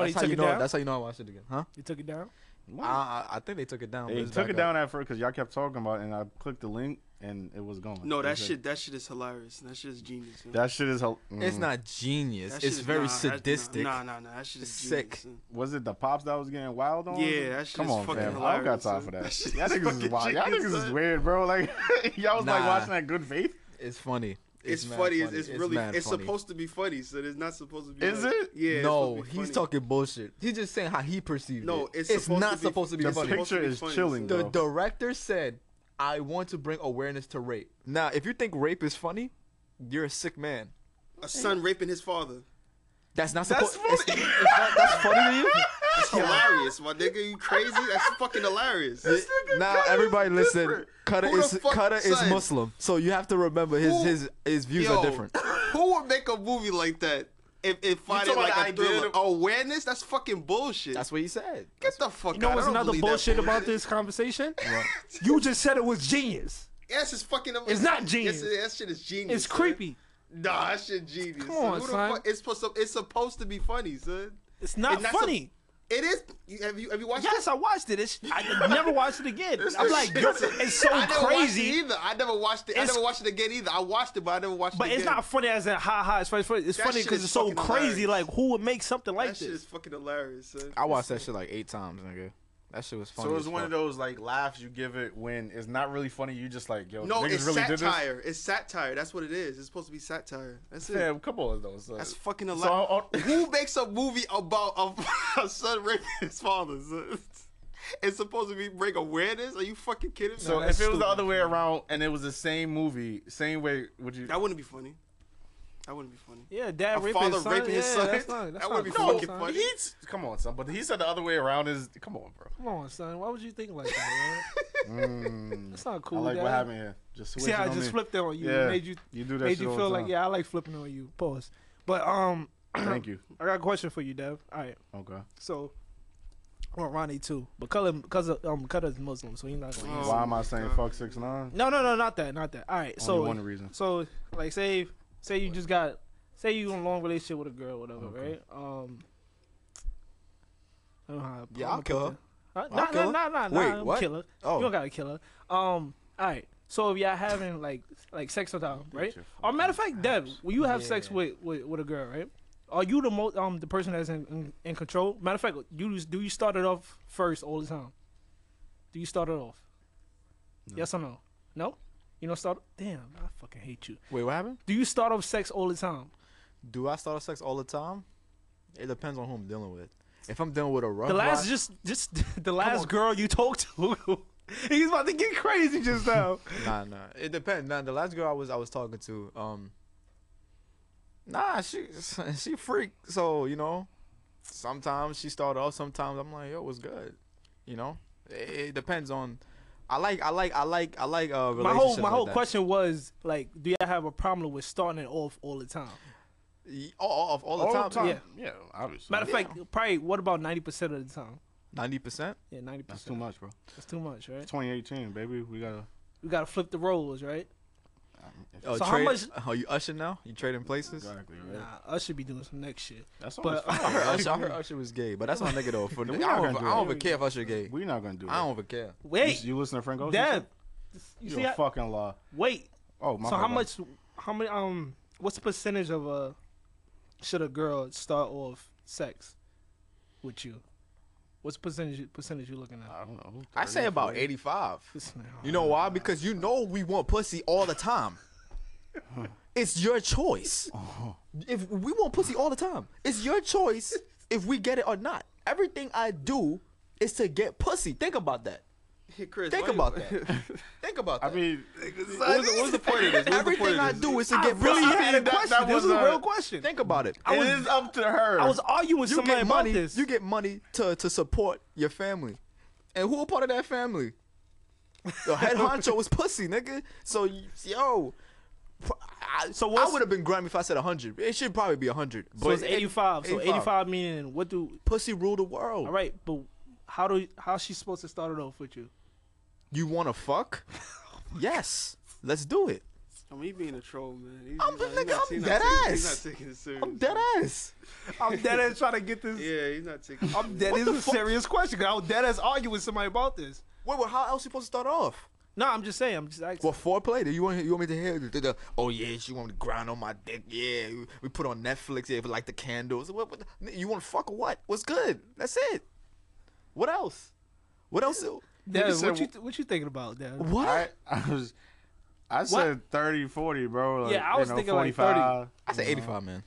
B: they
C: that's how
B: took
C: you
B: it
C: know.
B: down.
C: That's how you know I watched it again, huh?
B: They took it down.
A: What?
C: I, I, I think they took it down. but
A: they
C: it's
A: took
C: Ah, back
A: it
C: up.
A: down at first because y'all kept talking about it, and I clicked the link and it was gone.
E: No,
A: They
E: that
A: said-
E: shit. That shit is hilarious. That shit is genius. man.
A: That shit is. hel-
C: It's
A: mm.
C: not
E: That
C: genius.
E: shit
C: It's
E: is-
C: very
E: nah, that- nah,
C: sadistic.
E: Nah, nah, nah. That shit is
C: It's
E: sick.
C: sick.
A: Was it the pops that was getting wild on?
E: Yeah, that shit
A: Come
E: is
A: on,
E: fucking
A: fam. I don't got
E: hilarious,
A: time
E: son.
A: for that.
E: That shit
A: Y'all
E: is
A: niggas is
E: fucking
A: wild. Y'all
E: genius,
A: niggas is
E: son.
A: weird, bro. Like y'all was like
C: Nah.
A: watching that Good Faith.
C: It's funny.
E: It's,
C: mad
E: funny. It's, it's really.
C: mad
E: It's
C: funny.
E: supposed to be funny, so it's not supposed to be.
A: Is
E: like-
A: it?
E: Yeah. it's
C: no,
E: supposed to be
C: he's
E: funny.
C: talking bullshit. He's just saying how he perceived it.
E: No, it's supposed
C: not
E: to be-
C: supposed to be
A: The
E: it's
C: funny.
E: supposed to
A: picture
E: be
A: is
E: funny,
A: chilling,
E: son.
A: though.
C: The
A: Bro.
C: director said, "I want to bring awareness to rape." Now, if you think rape is funny, you're a sick man.
E: A son raping his father.
C: That's not
A: That's
C: supposed. It's,
A: funny.
C: it's not, that's funny to you.
E: That's hilarious, my nigga. You crazy? That's fucking hilarious.
A: nigga
C: now
A: Cutter
C: everybody
A: is
C: listen.
A: different.
C: Cutter
E: Who the
C: is
E: fuck-
C: Cutter is
E: son.
C: Muslim, so you have to remember his
E: Who-
C: his his views
E: Yo,
C: are different.
E: Who would make a movie like that? If if find it
A: talking
E: like
A: about
E: a
A: the idea
E: thriller awareness, that's fucking bullshit.
C: That's what he said.
E: Get the fuck
B: You know
E: out.
B: what's
E: I don't
B: another
E: believe that
B: bullshit about
E: bullshit.
B: this conversation? you just said it was genius.
E: Yes, it's fucking.
B: It's not
E: yes,
B: genius.
E: it- that shit is genius.
B: It's
E: son.
B: creepy.
E: Nah, that shit genius.
B: Come on,
E: Who the
B: son.
E: fuck- It's supposed to. It's supposed to be funny, son.
B: It's not
E: And that's a-
B: funny.
E: It is. you- Have you have you watched?
B: yes, I watched it. It's, I never watched it again. I'm
E: the
B: like,
E: shit.
B: yo, it's so
C: Oh,
E: it? I never watched it
B: crazy,
E: either. I never watched it. I
B: It's-
E: never watched it again either. I watched it, but I never watched it.
B: but it's
E: again.
B: not funny as in ha ha. It's funny. It's funny because
E: That
B: it's, funny
E: shit
B: 'cause
E: is
B: it's so
E: fucking
B: crazy.
E: hilarious.
B: Like, who would make something
E: That
B: like
E: shit is
B: this?
E: fucking hilarious, son.
C: I watched that shit like eight times, nigga. That shit was funny.
A: So it was
C: as
A: one of
C: fuck.
A: those like laughs you give it when it's not really funny. You just like yo,
E: No,
A: niggas
E: it's
A: really did this.
E: satire. It's satire. That's what it is. It's supposed to be satire. That's it.
A: Yeah, a couple of those.
E: That's fucking
A: So,
E: hilarious.
A: I'll- I'll-
E: Who makes a movie about a, a son raping his father? son? It's supposed to be bring awareness. Are you fucking kidding me?
A: so
B: No,
A: if it was
B: that's
A: the
B: stupid.
A: other way around and it was the same movie, same way, would you?
E: that wouldn't be funny. That wouldn't be funny.
B: Yeah, dad
E: A
B: raping
E: father
B: his son.
E: raping his
B: yeah,
E: son?
B: That's not, that's
E: That
B: not
E: would be
B: cool,
E: fucking
B: son.
E: funny.
A: he's come on, son. But he said the other way around is come on, bro.
B: Come on, son. Why would you think like that? Man? That's not cool.
A: Mm. I like what
B: dad.
A: happened here. Just switch
B: See how I
A: it on
B: just
A: me.
B: flipped it on you.
A: Yeah,
B: Made you
A: you do that
B: made
A: shit
B: you
A: all
B: feel
A: the
B: like
A: time.
B: yeah, I like flipping on you. Pause. But um,
A: Thank you.
B: I got a question for you, Dev. All right,
A: Okay.
B: so. Well, Ronnie too, but Cutter, because um, Cutter's Muslim, so he's not going.
E: Oh
A: Why am I
E: my
A: saying
E: God.
A: fuck six nine?
B: No, no, no, not that, not that. All right, so
A: Only one reason.
B: So like, say, say you just got, say you in a long relationship with a girl, whatever, right? Um, I don't know how.
C: Yeah,
B: I'ma
C: I'll kill
B: put
C: her.
B: that- Huh?
C: I'll
B: Nah,
C: kill
B: nah, nah,
C: her.
B: nah, nah.
C: Wait,
B: I'm
C: what?
B: Kill her.
C: Oh.
B: You don't gotta kill her. Um, all right. So if y'all having like like sex sometime, right?
A: your
B: Or matter of fact, Deb, when you have sex with, with with a girl, right? Are you the most um the person that's in, in, in control? Matter of fact, you just- do you start it off first all the time? Do you start it off? Yes or no? No? You don't start damn, I fucking hate you.
C: Wait, what happened?
B: Do you start off sex all the time?
C: Do I start sex all the time? It depends on who I'm dealing with. If I'm dealing with a rough
B: The last
C: ride-
B: just just the last girl you talked to He's about to get crazy just now.
C: nah, nah. It depends. Nah, the last girl I was I was talking to, um, nah, she she freak. So you know, sometimes she start off. Sometimes I'm like, yo, what's good? You know, it, it depends on. I like I like I like I like uh.
B: my whole
C: relationships
B: my
C: like
B: whole
C: that.
B: question was like, do y'all have a problem with starting it off all the time?
C: Y- all, all, all the
A: All
C: time.
B: yeah.
A: Yeah, obviously.
B: Matter of fact, probably what about ninety percent of the time?
C: ninety percent.
B: Yeah, ninety percent.
A: that's too much, bro.
B: That's too much, right?
A: 2018, baby. We gotta.
B: We gotta flip the roles, right?
C: Oh,
B: So how
C: trade,
B: much-
C: Are you Usher now? You trading places?
A: Exactly,
B: Nah,
A: right?
B: I should be doing some next shit.
A: That's
B: But-
A: all.
C: I heard, Usher, I heard Usher was gay, but that's my nigga though. For, I
A: We're
C: don't,
A: not gonna
C: even-
A: do
C: I don't
A: that.
C: even care if Usher gay.
A: We're not gonna do that.
C: I don't even care.
B: Wait,
A: You, you listen to Frank Ocean?
B: Dev, you
A: You
B: see,
A: a
B: how-
A: fucking law.
B: wait.
A: Oh my.
B: so how
A: bad.
B: much? How many? Um, what's the percentage of a should a girl start off sex with you? What's the percentage? Percentage you looking at?
A: I don't know.
C: I say
A: 30,
C: about
A: 40.
C: eighty-five.
B: This nigga.
C: You know why? Because you know we want pussy all the time. It's your choice. If we want pussy all the time, it's your choice if we get it or not. Everything I do is to get pussy. Think about that.
E: Hey, Chris,
C: Think
E: why you-
C: about that. Think about that.
A: I mean,
E: What was the- what was the point of this? What was the point
C: everything
E: of
C: I
E: this?
C: do is to get
B: really
C: pussy.
B: had a question.
A: that
B: this
A: was
B: was a
A: a-
B: real question.
C: Think about it.
A: it is up to her.
B: I was arguing with
C: you
B: somebody
C: get
B: about
C: money.
B: this.
C: You get money to to support your family, and who a part of that family? The head honcho was pussy, nigga. So yo, pr- I,
B: So
C: so
B: what's-
C: I would have been grimy if I said hundred. It should probably be hundred.
B: so it's 85. So 85 meaning what do?
C: Pussy rule the world.
B: All right, but how do? How's she supposed to start it off with you?
C: You want to fuck? yes. Let's do it.
E: I mean, he being a troll, man. He's,
C: I'm
E: he's
C: the
E: not- he's
C: nigga,
E: not-
C: I'm
E: he's not
C: dead ass.
E: taking- He's not taking it serious.
C: I'm dead ass.
B: I'm dead ass trying to get this.
E: Yeah, he's not taking.
B: I'm dead.
C: What
B: This
C: the
B: is a
C: fuck?
B: serious question. 'cause I was dead ass arguing with somebody about this.
C: Wait, well, how else you supposed to start off?
B: No, I'm just saying. I'm just asking.
C: Well, foreplay? Do you want you want me to hear? The, the, the, oh yeah, she want me to grind on my dick. Yeah, we, we put on Netflix. Yeah, we like the candles. What, what the- you want to fuck what? What's good? That's it. What else? What else?
B: Dev,
A: said-
B: what you th- what you thinking about, Dev?
C: What?
A: I, I was. I said 30, 40, bro. Like,
B: Yeah, I was
A: you know,
B: thinking like
A: 45.
B: 30.
C: I say 85, man.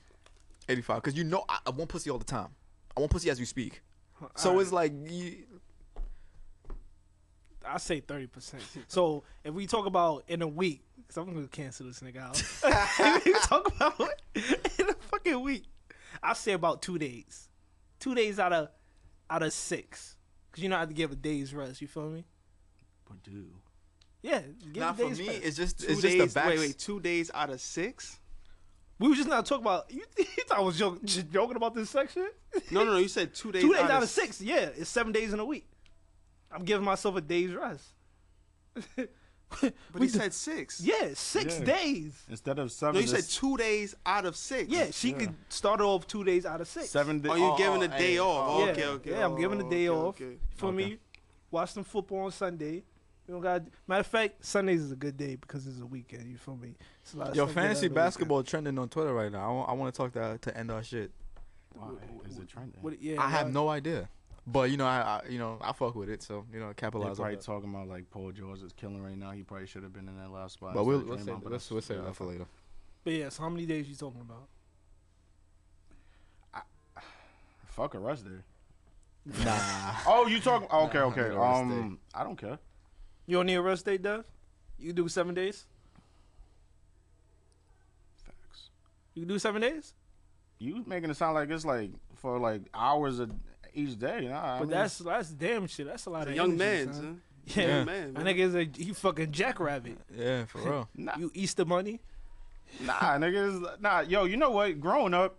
C: 85, because you know I, I want pussy all the time. I want pussy as we speak. So it's like, you,
B: I say thirty percent. So if we talk about in a week, because I'm gonna cancel this nigga out. if we talk about in a fucking week, I say about two days. Two days out of out of six, because you know I have to give a day's rest. You feel me?
A: But dude,
B: Yeah, give
C: not
B: a
C: for
B: day's
C: me.
B: rest.
C: It's just
E: Two
C: it's just
E: days,
C: the back.
E: Wait, wait, two days out of six?
B: we were just not talking about. You, you thought I was joking, joking about this section?
E: No, no, no. You said two days.
B: two days out of
E: s-
B: six. Yeah, it's seven days in a week. I'm giving myself a day's rest.
E: But he said six.
B: Yeah, six
A: Yeah.
B: days.
A: instead of seven,
E: No, you said
A: it's
E: two days out of six.
B: Yeah, she could start off two days out of six.
A: seven. Di-
E: Oh, you're
C: Oh,
E: giving a
C: oh,
E: day
C: hey,
E: off.
B: Yeah,
E: okay, okay.
B: yeah, I'm giving a
E: oh,
B: day
E: okay,
B: off.
E: okay.
B: For me, watch some football on Sunday. You don't got matter of fact, Sundays is a good day because it's a weekend. You feel me? It's a lot of
C: Yo,
B: stuff going
C: fantasy
B: on the weekend.
C: basketball trending on Twitter right now. I want, I want to talk that to end our shit.
A: Why is it trending?
B: What, yeah,
C: I have
B: why-
C: no idea, but you know, I, I you know I fuck with it, so you know,
A: They're
C: capitalize on
A: probably
C: it.
A: talking about like Paul George is killing right now. He probably should have been in that last spot.
C: But we'll,
A: instead of Draymond,
C: we'll say
A: but
C: let's,
A: that's-
C: we'll say
A: yeah,
C: that for later.
B: But yeah, so how many days you talking about?
A: Fuck a rush there.
C: Nah,
A: Oh, you talking? Okay,
C: Nah,
A: okay.
C: I'm gonna
A: Um, I don't care.
B: You don't need a rest day, Dev? You can do seven days?
A: Facts.
B: You can do seven days?
A: You making it sound like it's like for like hours a, each day. Nah, I
B: But
A: mean,
B: that's that's damn shit. That's a lot
E: It's a
B: of
E: young
B: energy,
E: man,
B: son.
E: son.
B: Yeah,
E: Young man.
B: My
E: man.
B: nigga is a he fucking jackrabbit.
C: yeah, for real.
A: nah,
B: You Easter money?
A: nah, niggas, nah. Yo, you know what? Growing up,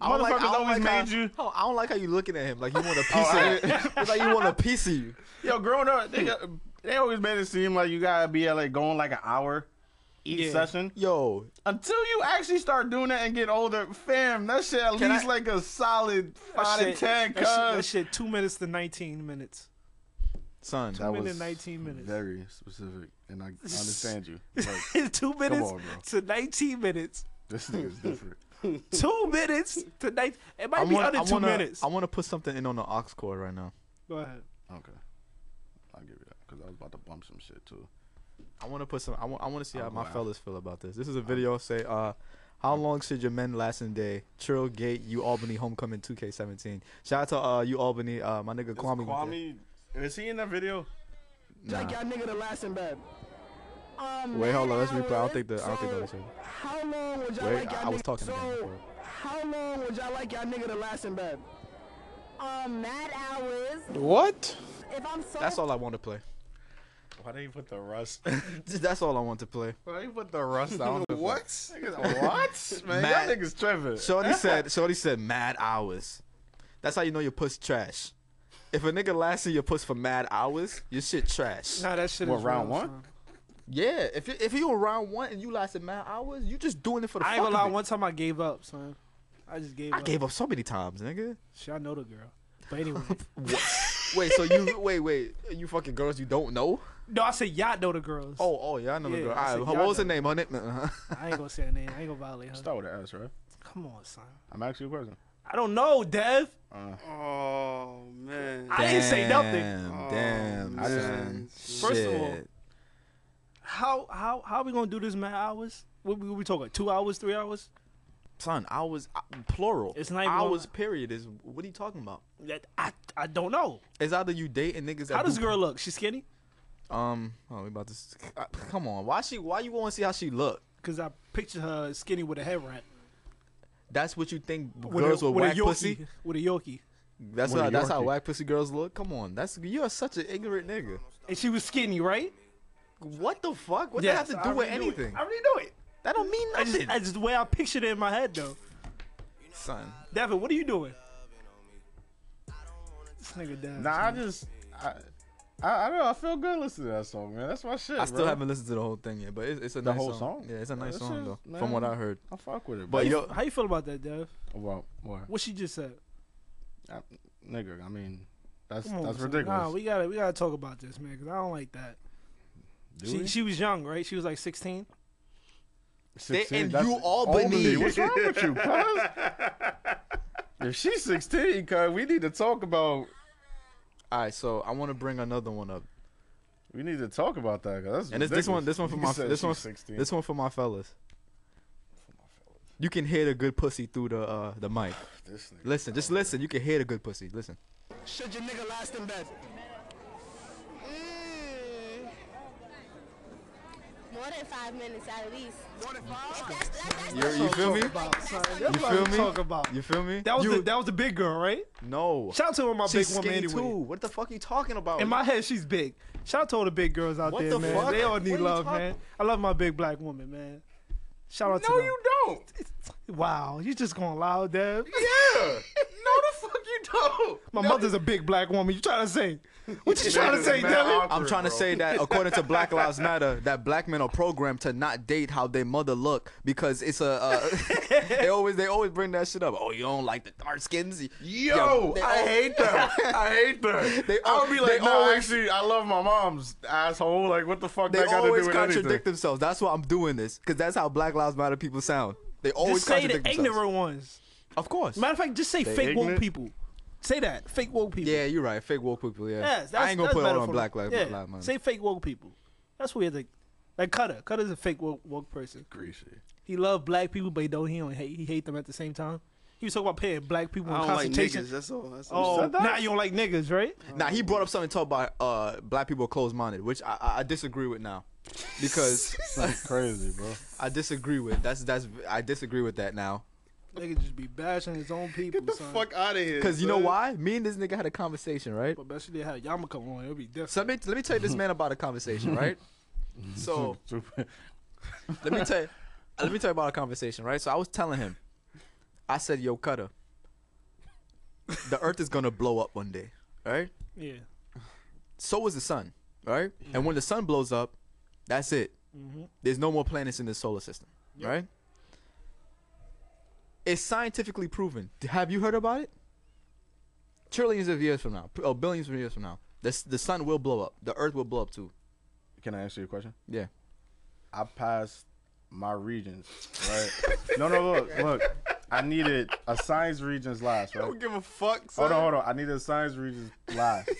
C: I don't like-
A: motherfuckers
C: I don't
A: always
C: like
A: made
C: how,
A: you.
C: I don't like how you Oh, looking at him like you want a piece of you. It's like you want a piece of you.
A: Yo, growing up, they, got- they always made it seem like you gotta be at like going like an hour each
B: Yeah.
A: session.
C: Yo,
A: Until you actually start doing that and get older, fam, that shit at
C: Can
A: least
C: I-
A: like a solid five
B: That
A: to
B: shit-
A: ten.
B: that shit- that
A: Cause
B: shit two minutes to nineteen minutes.
C: son,
B: Two minutes, nineteen minutes.
A: very specific, and I understand you. Like,
B: two minutes
A: on, bro.
B: to 19 minutes.
A: this nigga's different.
B: Two minutes to 19. It might
C: I
B: be
C: wanna-
B: under
C: I
B: 2
C: wanna-
B: minutes.
C: I want to put something in on the ox cord right now.
B: Go ahead.
A: Okay, I'll give you that because I was about to bump some shit too.
C: I want to put some. I want. I want to see how
A: I'll
C: my
A: go out.
C: fellas feel about this. This is a video. Say, uh, how long should your men last in day? Trill Gate, you Albany homecoming, 2K17. Shout out to uh, you Albany, uh, my nigga Kwame. went there.
A: Kwame, is he in that video?
F: Like y'all nigga the last in bed. Um,
A: Wait, hold on.
F: nine
A: Let's replay. I don't
F: hours,
A: think the- I don't think
F: so
A: that was it.
F: How long would y'all
A: Wait,
F: like
A: I-
F: y'all
A: I was
F: nigga-
A: talking
F: So,
A: again, sorry.
F: how long would y'all like y'all nigga to last in bed? Um, mad hours.
C: What?
F: If I'm so
C: That's all I want to play.
A: Why did you put the rust?
C: That's all I want to play.
A: Why did you put the rust on? the-
G: What?
A: What? Man,
C: Matt-
A: y'all niggas tripping.
C: Shorty said, Shorty said, mad hours. That's how you know your puss trash. If a nigga lasts in your puss for mad hours, your shit trash.
B: Nah, that shit
A: What,
B: is
A: round
B: real,
A: one?
B: son.
C: Yeah, if you, if you around one and you lasted mad hours, you just doing it for the
B: I
C: fuck
B: ain't gonna
C: of
B: lie.
C: it.
B: One time I gave up, son. I just gave
C: I
B: up.
C: gave up so many times, nigga.
B: Shit, I know the girl. But anyway,
C: Wait, so you wait, wait, you fucking girls you don't know?
B: no, I said y'all know the girls. Oh.
C: Oh, oh yeah, I know the
B: Yeah,
C: girl.
B: I
C: All
B: said,
C: right,
B: y'all
C: what was her
B: know.
C: name? Her name? uh-huh.
B: I ain't gonna say her name. I ain't gonna violate her.
A: Start with an S, right?
B: Come on, son.
A: I'm asking you a question.
B: I don't know, Dev.
E: Oh man.
B: I didn't say nothing.
C: Damn,
E: Oh,
C: damn,
E: man.
C: son.
B: First of all,
C: Shit.
B: How how how we gonna do this mad hours? What we, what we talking? Two hours, three hours?
C: son, I was I, plural.
B: It's not even
C: hours.
B: gonna-
C: Period. Is what are you talking about?
B: That I I don't know.
C: It's either you dating niggas. that
B: How does
C: do-
B: the girl look? She skinny?
C: Um, oh, we about to. s- uh, Come on, why she? Why you want to see how she look?
B: Cause I picture her skinny with a head wrap.
C: That's what you think
B: With
C: girls
B: a,
C: with,
B: with
C: whack
B: a Yorkie,
C: pussy.
B: With a Yorkie.
C: That's
A: With a
C: how. That's how
A: Yorkie.
C: whack pussy girls look. Come on, that's you're such an ignorant nigga.
B: And she was skinny, right?
C: What the fuck? What
B: Yes,
C: that have
B: I
C: to do with
B: already knew it.
C: anything?
B: I already know it.
C: That don't mean
B: I
C: nothing,
B: just, I just the way I pictured it in my head though.
C: son.
B: Devin, what are you doing? This nigga Devin.
A: Nah, I just, I, I, I don't know. I feel good listening to that song, man. That's my shit.
C: I still
A: bro.
C: haven't listened to the whole thing yet, but it's, it's a
A: The
C: nice
A: whole
C: song.
A: song?
C: Yeah, it's a nice
A: That
C: song
A: shit,
C: though, from what I
A: man.
C: heard.
A: I fuck with it,
C: But
A: but
C: yo,
B: How you feel about that, Dev?
A: well, what,
B: What she just said?
A: I, nigga? I mean, that's
B: Come on,
A: that's
B: son.
A: ridiculous.
B: Nah, we gotta we gotta talk about this, man, because I don't like that.
A: Do
B: She
A: we?
B: she was young, right? She was like sixteen.
A: Sixteen,
C: and
A: that's
C: you
A: older than
C: Albany.
A: me. What's wrong with you, cuz? if she's sixteen, cuz we need to talk about
C: all right, so I want to bring another one up,
A: we need to talk about that. 'cause that's
C: and this this one this one for
A: ridiculous.
C: my
A: You said
C: this
A: she's
C: one
A: 16.
C: this one for my fellas. You can hear the good pussy through the uh, the mic.
A: This nigga.
C: Listen, just listen. You can hear the good pussy. Listen.
F: should your nigga last in bed? Mm,
H: More than five minutes at least.
F: what if I-
H: That's, that's, that's
C: You, you feel me?
B: About, son. That's
C: You
B: what
C: feel
B: we
C: me?
B: Talk about.
C: You feel me?
B: That was
C: you,
B: the, that was the big girl, right?
C: no.
B: Shout out to her, my
C: She's
B: big woman.
C: skinny
B: Anyway.
C: too. What the fuck you talking about?
B: In my head, she's big. Shout out to all the big girls out
C: What
B: there,
C: the
B: man.
C: fuck?
B: They all
C: What
B: need
C: are you
B: love,
C: talking-
B: man. I love my big black woman, man. Shout out to
G: No,
B: them.
G: you don't.
B: Wow, you just going loud, Dev.
G: Yeah. No, the fuck you don't.
B: My mother's a big black woman. You trying to say? What you trying to say,
G: Man,
B: Devin?
C: I'm trying to say that according to Black Lives Matter, that black men are programmed to not date how their mother look because it's a uh, they always they always bring that shit up. Oh, you don't like the dark skins? Yo,
G: Yo, I hate that. I hate that.
C: They
A: I'll
C: al-
A: be like,
C: they
A: no,
C: always-
A: actually, I love my mom's asshole. Like, what the fuck
C: They
A: that got to do
C: always
A: with
C: contradict
A: anything?
C: themselves. That's why I'm doing this because that's how Black Lives Matter people sound. They always
B: Just say the
C: contradict themselves.
B: ignorant ones.
C: Of course.
B: Matter of fact, just say fake woke
A: ignorant?
B: people. Say that fake woke people.
C: Yeah, you're right. Fake woke people. Yeah.
B: Yes, that's,
C: I ain't gonna
B: that's
C: put it
B: better
C: on
B: for
C: Black
B: me.
C: Lives
B: yeah.
C: Black Matter.
B: Say fake woke people. That's weird. Like, like Cutter. Cutter's a fake woke, woke person.
A: Greasy.
B: He love black people, but he don't he don't hate he hate them at the same time. He was talking about paying black people
E: I
B: in
E: don't like
B: concentration.
E: niggas. That's all. That's all.
B: oh,
A: said that?
B: now you don't like niggas, right?
C: Now he brought up something talk about uh, black people closed minded, which I, I I disagree with now, because
A: That's crazy, bro.
C: I disagree with that's that's I disagree with that now.
B: Niggas just be bashing his own people.
G: Get the
B: son.
G: fuck out of here.
C: Cause you know
G: son.
C: why? Me and this nigga had a conversation, right?
B: But bet you they had Yamaka on. It'll be different.
C: So let me let me tell you this man about a conversation, right? So let me tell you, let me tell you about a conversation, right? So I was telling him, I said, "Yo, Cutter, the Earth is gonna blow up one day, right?
B: yeah.
C: So is the sun, right? And when the sun blows up, that's it. There's no more planets in this solar system, right? It's scientifically proven. D- Have you heard about it? Trillions of years from now, p- oh, billions of years from now, the s- the sun will blow up. The Earth will blow up too.
A: Can I answer your question?
C: Yeah.
A: I passed my regions, right? no, no, look, look. I needed a science regions last, right?
G: I don't give a fuck. Son.
A: Hold on, hold on. I needed a science regions last.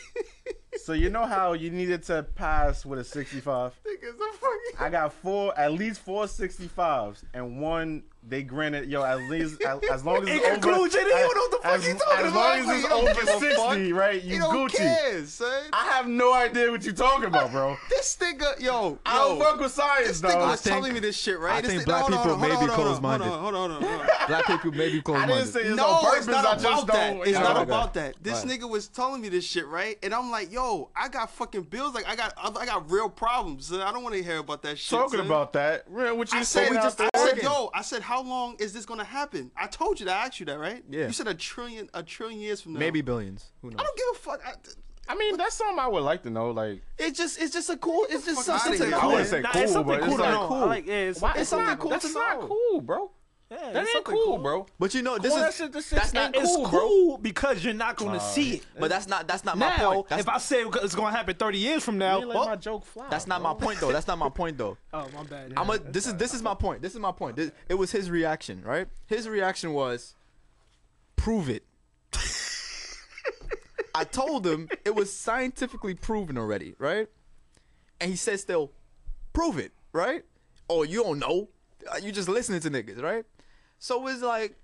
A: so you know how you needed to pass with a 65?
G: Niggas, the fuck
A: I got four, at least four 65s, and one they granted. Yo, at least as, as long as
B: In
A: it's over-
B: conclusion, he
A: as-
B: don't know what the fuck
A: as-
B: he talking
A: As
B: about.
A: long as
B: He
A: it's
B: don't
A: over
B: give a
A: sixty, right? You
C: He don't
A: Gucci.
C: care, son.
A: I have no idea what you talking about, bro.
C: This nigga, yo,
A: I don't
C: yo,
A: fuck with science,
C: this nigga
A: though.
C: was
E: telling me this shit, right?
C: I
E: This
C: think
E: thi-
C: black
E: hold on,
C: people
E: hold
C: may
E: on,
C: be
E: hold on,
C: closed-minded.
E: Hold on, hold on, hold on.
C: black people may be
A: I
C: closed
A: didn't say
C: minded.
A: it's on
E: no,
A: purpose.
E: it's not
A: I just
E: about that.
A: don't.
E: It's
A: you
E: not
A: know.
E: about that. This
C: Right.
E: nigga was telling me this shit, right? And I'm like, yo, I got fucking bills. Like, I got, I got real problems. son. I don't want to hear about that shit.
A: talking
E: son.
A: about that. Man, what you
E: I said,
A: saying out
E: I
A: there?
E: said, yo, I said, how long is this gonna happen? I told you that. I asked you that, right?
C: Yeah.
E: You said a trillion, a trillion years from now.
C: Maybe billions. Who knows?
E: I don't give a fuck. I,
A: I mean, that's something I would like to know. Like,
E: it's just, it's just a cool. It's just Fuck something outta here.
A: I
C: Oh,
E: cool.
A: wouldn't say
B: Nah,
A: cool,
B: it's something
A: but
B: cool
A: it's
B: to
A: like
B: know.
A: cool.
B: I like, yeah, it's
A: Why-
B: something-
A: it's not cool.
E: That's
A: That's
E: not
A: not cool, bro.
B: yeah, it's
A: That ain't
B: something
A: cool, bro.
C: But you know, this
A: Cool, that
C: is
A: shit- this shit's not
B: It's
A: cool,
B: cool,
A: bro.
B: because you're not gonna see it.
C: but that's not that's not my
B: Now,
C: point. That's,
B: if I say it's gonna happen 30 years from now,
A: You let
B: oh,
A: my joke fly.
C: that's not my point though. That's not my point though.
B: oh, my bad.
C: I'm a, this is this is my point. This is my point. This, it was his reaction, right? His reaction was, prove it. I told him it was scientifically proven already, right? And he said still, prove it, right? Oh, you don't know. Uh, You just listening to niggas, right? So it's like,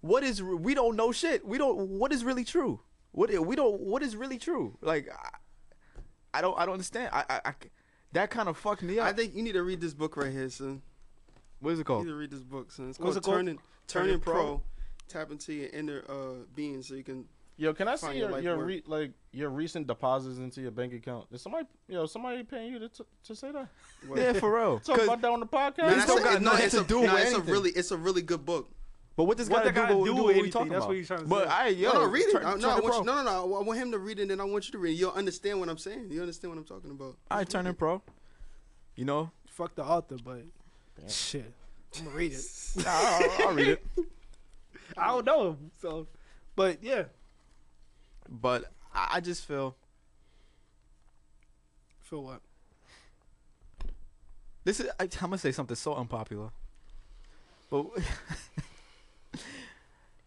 C: what is re- we don't know shit. We don't. What is really true? What i- we don't. What is really true? Like, I, I don't. I don't understand. I. I, I c- that kind of fucked me up.
E: I think you need to read this book right here, son.
C: what is it
E: You
C: called?
E: need to read this book, son. It's
B: What's
E: called
B: it called?
E: Turning, Turning
C: Turning Pro?
E: Pro. Tap into your inner uh, being so you can
A: Yo, can I see
E: Find your
A: your
E: life
A: your
E: work.
A: re, like your recent deposits into your bank account? Is somebody yo somebody paying you to t- to say that?
C: Yeah, for real.
A: Talk
C: 'Cause-
A: about that on the
E: Nah,
A: podcast.
C: It's
E: that's
C: don't
E: a-
C: got
E: it- no,
C: nothing
E: it's
C: to
E: a-
C: do
E: nah,
C: with
E: it's a
C: anything.
E: really, it's a really good book.
C: But what does
B: What
C: gotta
B: that gotta do
C: do, with
B: with
C: what we
B: anything?
C: talking
B: That's
C: about?
B: what he's trying to
C: but
B: say.
C: I, yo,
E: no, no, read it.
C: turn-
E: I-
C: turn
E: no, I
C: it
E: want
C: pro.
E: you, no, no, no. I wa- I want him to read it, and I want you to read it. You'll understand what I'm saying. You understand what I'm talking about.
C: I turn it pro. You know,
B: fuck the author, but shit, I'm gonna read it.
C: Nah, I'll, I'll read it.
B: I don't know him, so, but yeah,
C: But I, I just feel
B: feel what?
C: this is. I, I'm gonna say something so unpopular. But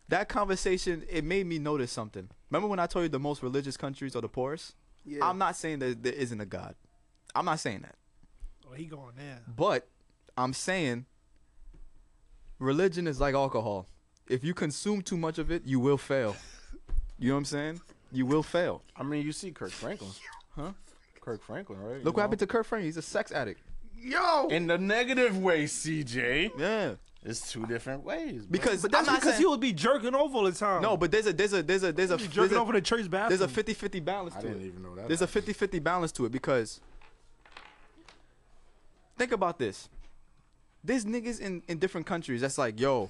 C: that conversation, it made me notice something. Remember when I told you the most religious countries are the poorest?
E: Yeah.
C: I'm not saying that there isn't a god. I'm not saying that.
B: Oh, he going there.
C: But I'm saying religion is like alcohol. If you consume too much of it, you will fail. You know what I'm saying? You will fail.
A: I mean, you see Kirk Franklin, huh? Kirk Franklin, right?
C: Look what happened to Kurt Franklin. He's a sex addict.
E: Yo.
A: in the negative way, CJ.
C: Yeah.
A: It's two different ways. bro.
C: Because
B: But that's
C: I'm not
B: because
C: saying,
B: he would be jerking off all the time.
C: No, but there's a there's a there's a there's a
B: He be
C: there's
B: jerking
C: a,
B: off in the church bathroom.
C: there's a 50-50 balance
A: I
C: to
A: didn't
C: it.
A: even know that.
C: There's a 50-50 balance to it because think about this. There's niggas in, in different countries that's like, yo,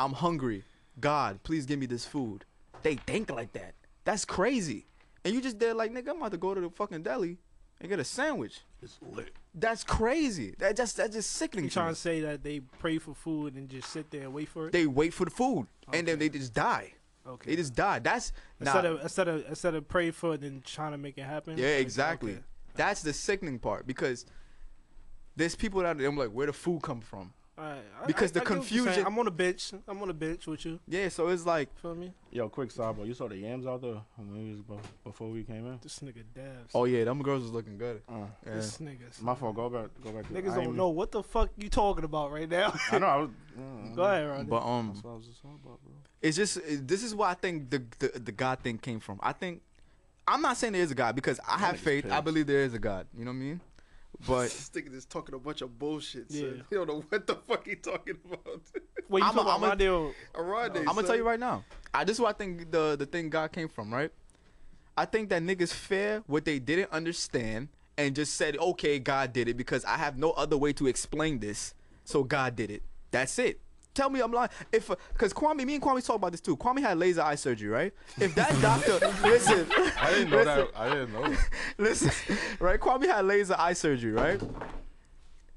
C: I'm hungry. God, please give me this food. They think like that. That's crazy. And you just there like, nigga, I'm about to go to the fucking deli and get a sandwich. It's lit. That's crazy. That just that's just sickening.
B: You
C: To me.
B: trying to say that they pray for food and just sit there and wait for it?
C: They wait for the food and then they just die.
B: Okay.
C: They just die. That's
B: instead
C: nah.
B: of instead of instead of pray for it and trying to make it happen.
C: Yeah,
B: Like,
C: exactly.
B: okay.
C: That's the sickening part because there's people that I'm like, where the food come from?
B: Alright, I-
C: Because
B: I-
C: the
B: I get what you're
C: confusion-
B: saying. I'm on a bench. I'm on a bench with you.
C: Yeah, so it's like,
B: Feel me?
A: Yo, quick sidebar. You saw the yams out there when we was bo- before we came in.
B: This nigga dabs.
C: oh yeah, them girls was looking good.
A: Uh,
C: Yeah.
B: this niggas.
A: my fault. Go back. Go back. to-
B: Niggas
A: I
B: don't
A: ain't-
B: know what the fuck you talking about right now.
A: I know. I was. mm,
B: Go ahead, Ronnie.
C: But um,
A: That's what I was just talking about, bro.
C: it's just it- this is where I think the, the the God thing came from. I think I'm not saying there is a God because I have
A: nigga's
C: faith. I
A: pissed.
C: believe there is a God. You know what I mean? But
E: This nigga just talking a bunch of bullshit. Son.
B: Yeah.
E: You don't know what the fuck he talking about.
B: Wait, you
C: I'm
B: talking
C: a-
B: about
C: I'm a-
B: my deal?
E: Arade,
C: I'm gonna tell you right now. I this is where I think the the thing God came from, right? I think that niggas fear what they didn't understand and just said, "Okay, God did it because I have no other way to explain this, so God did it." That's it. Tell me I'm lying. If because Kwame, me and Kwame talk about this too. Kwame had laser eye surgery, right? If that doctor, listen,
A: I didn't know that. I didn't know. that.
C: Listen, right? Kwame had laser eye surgery, right?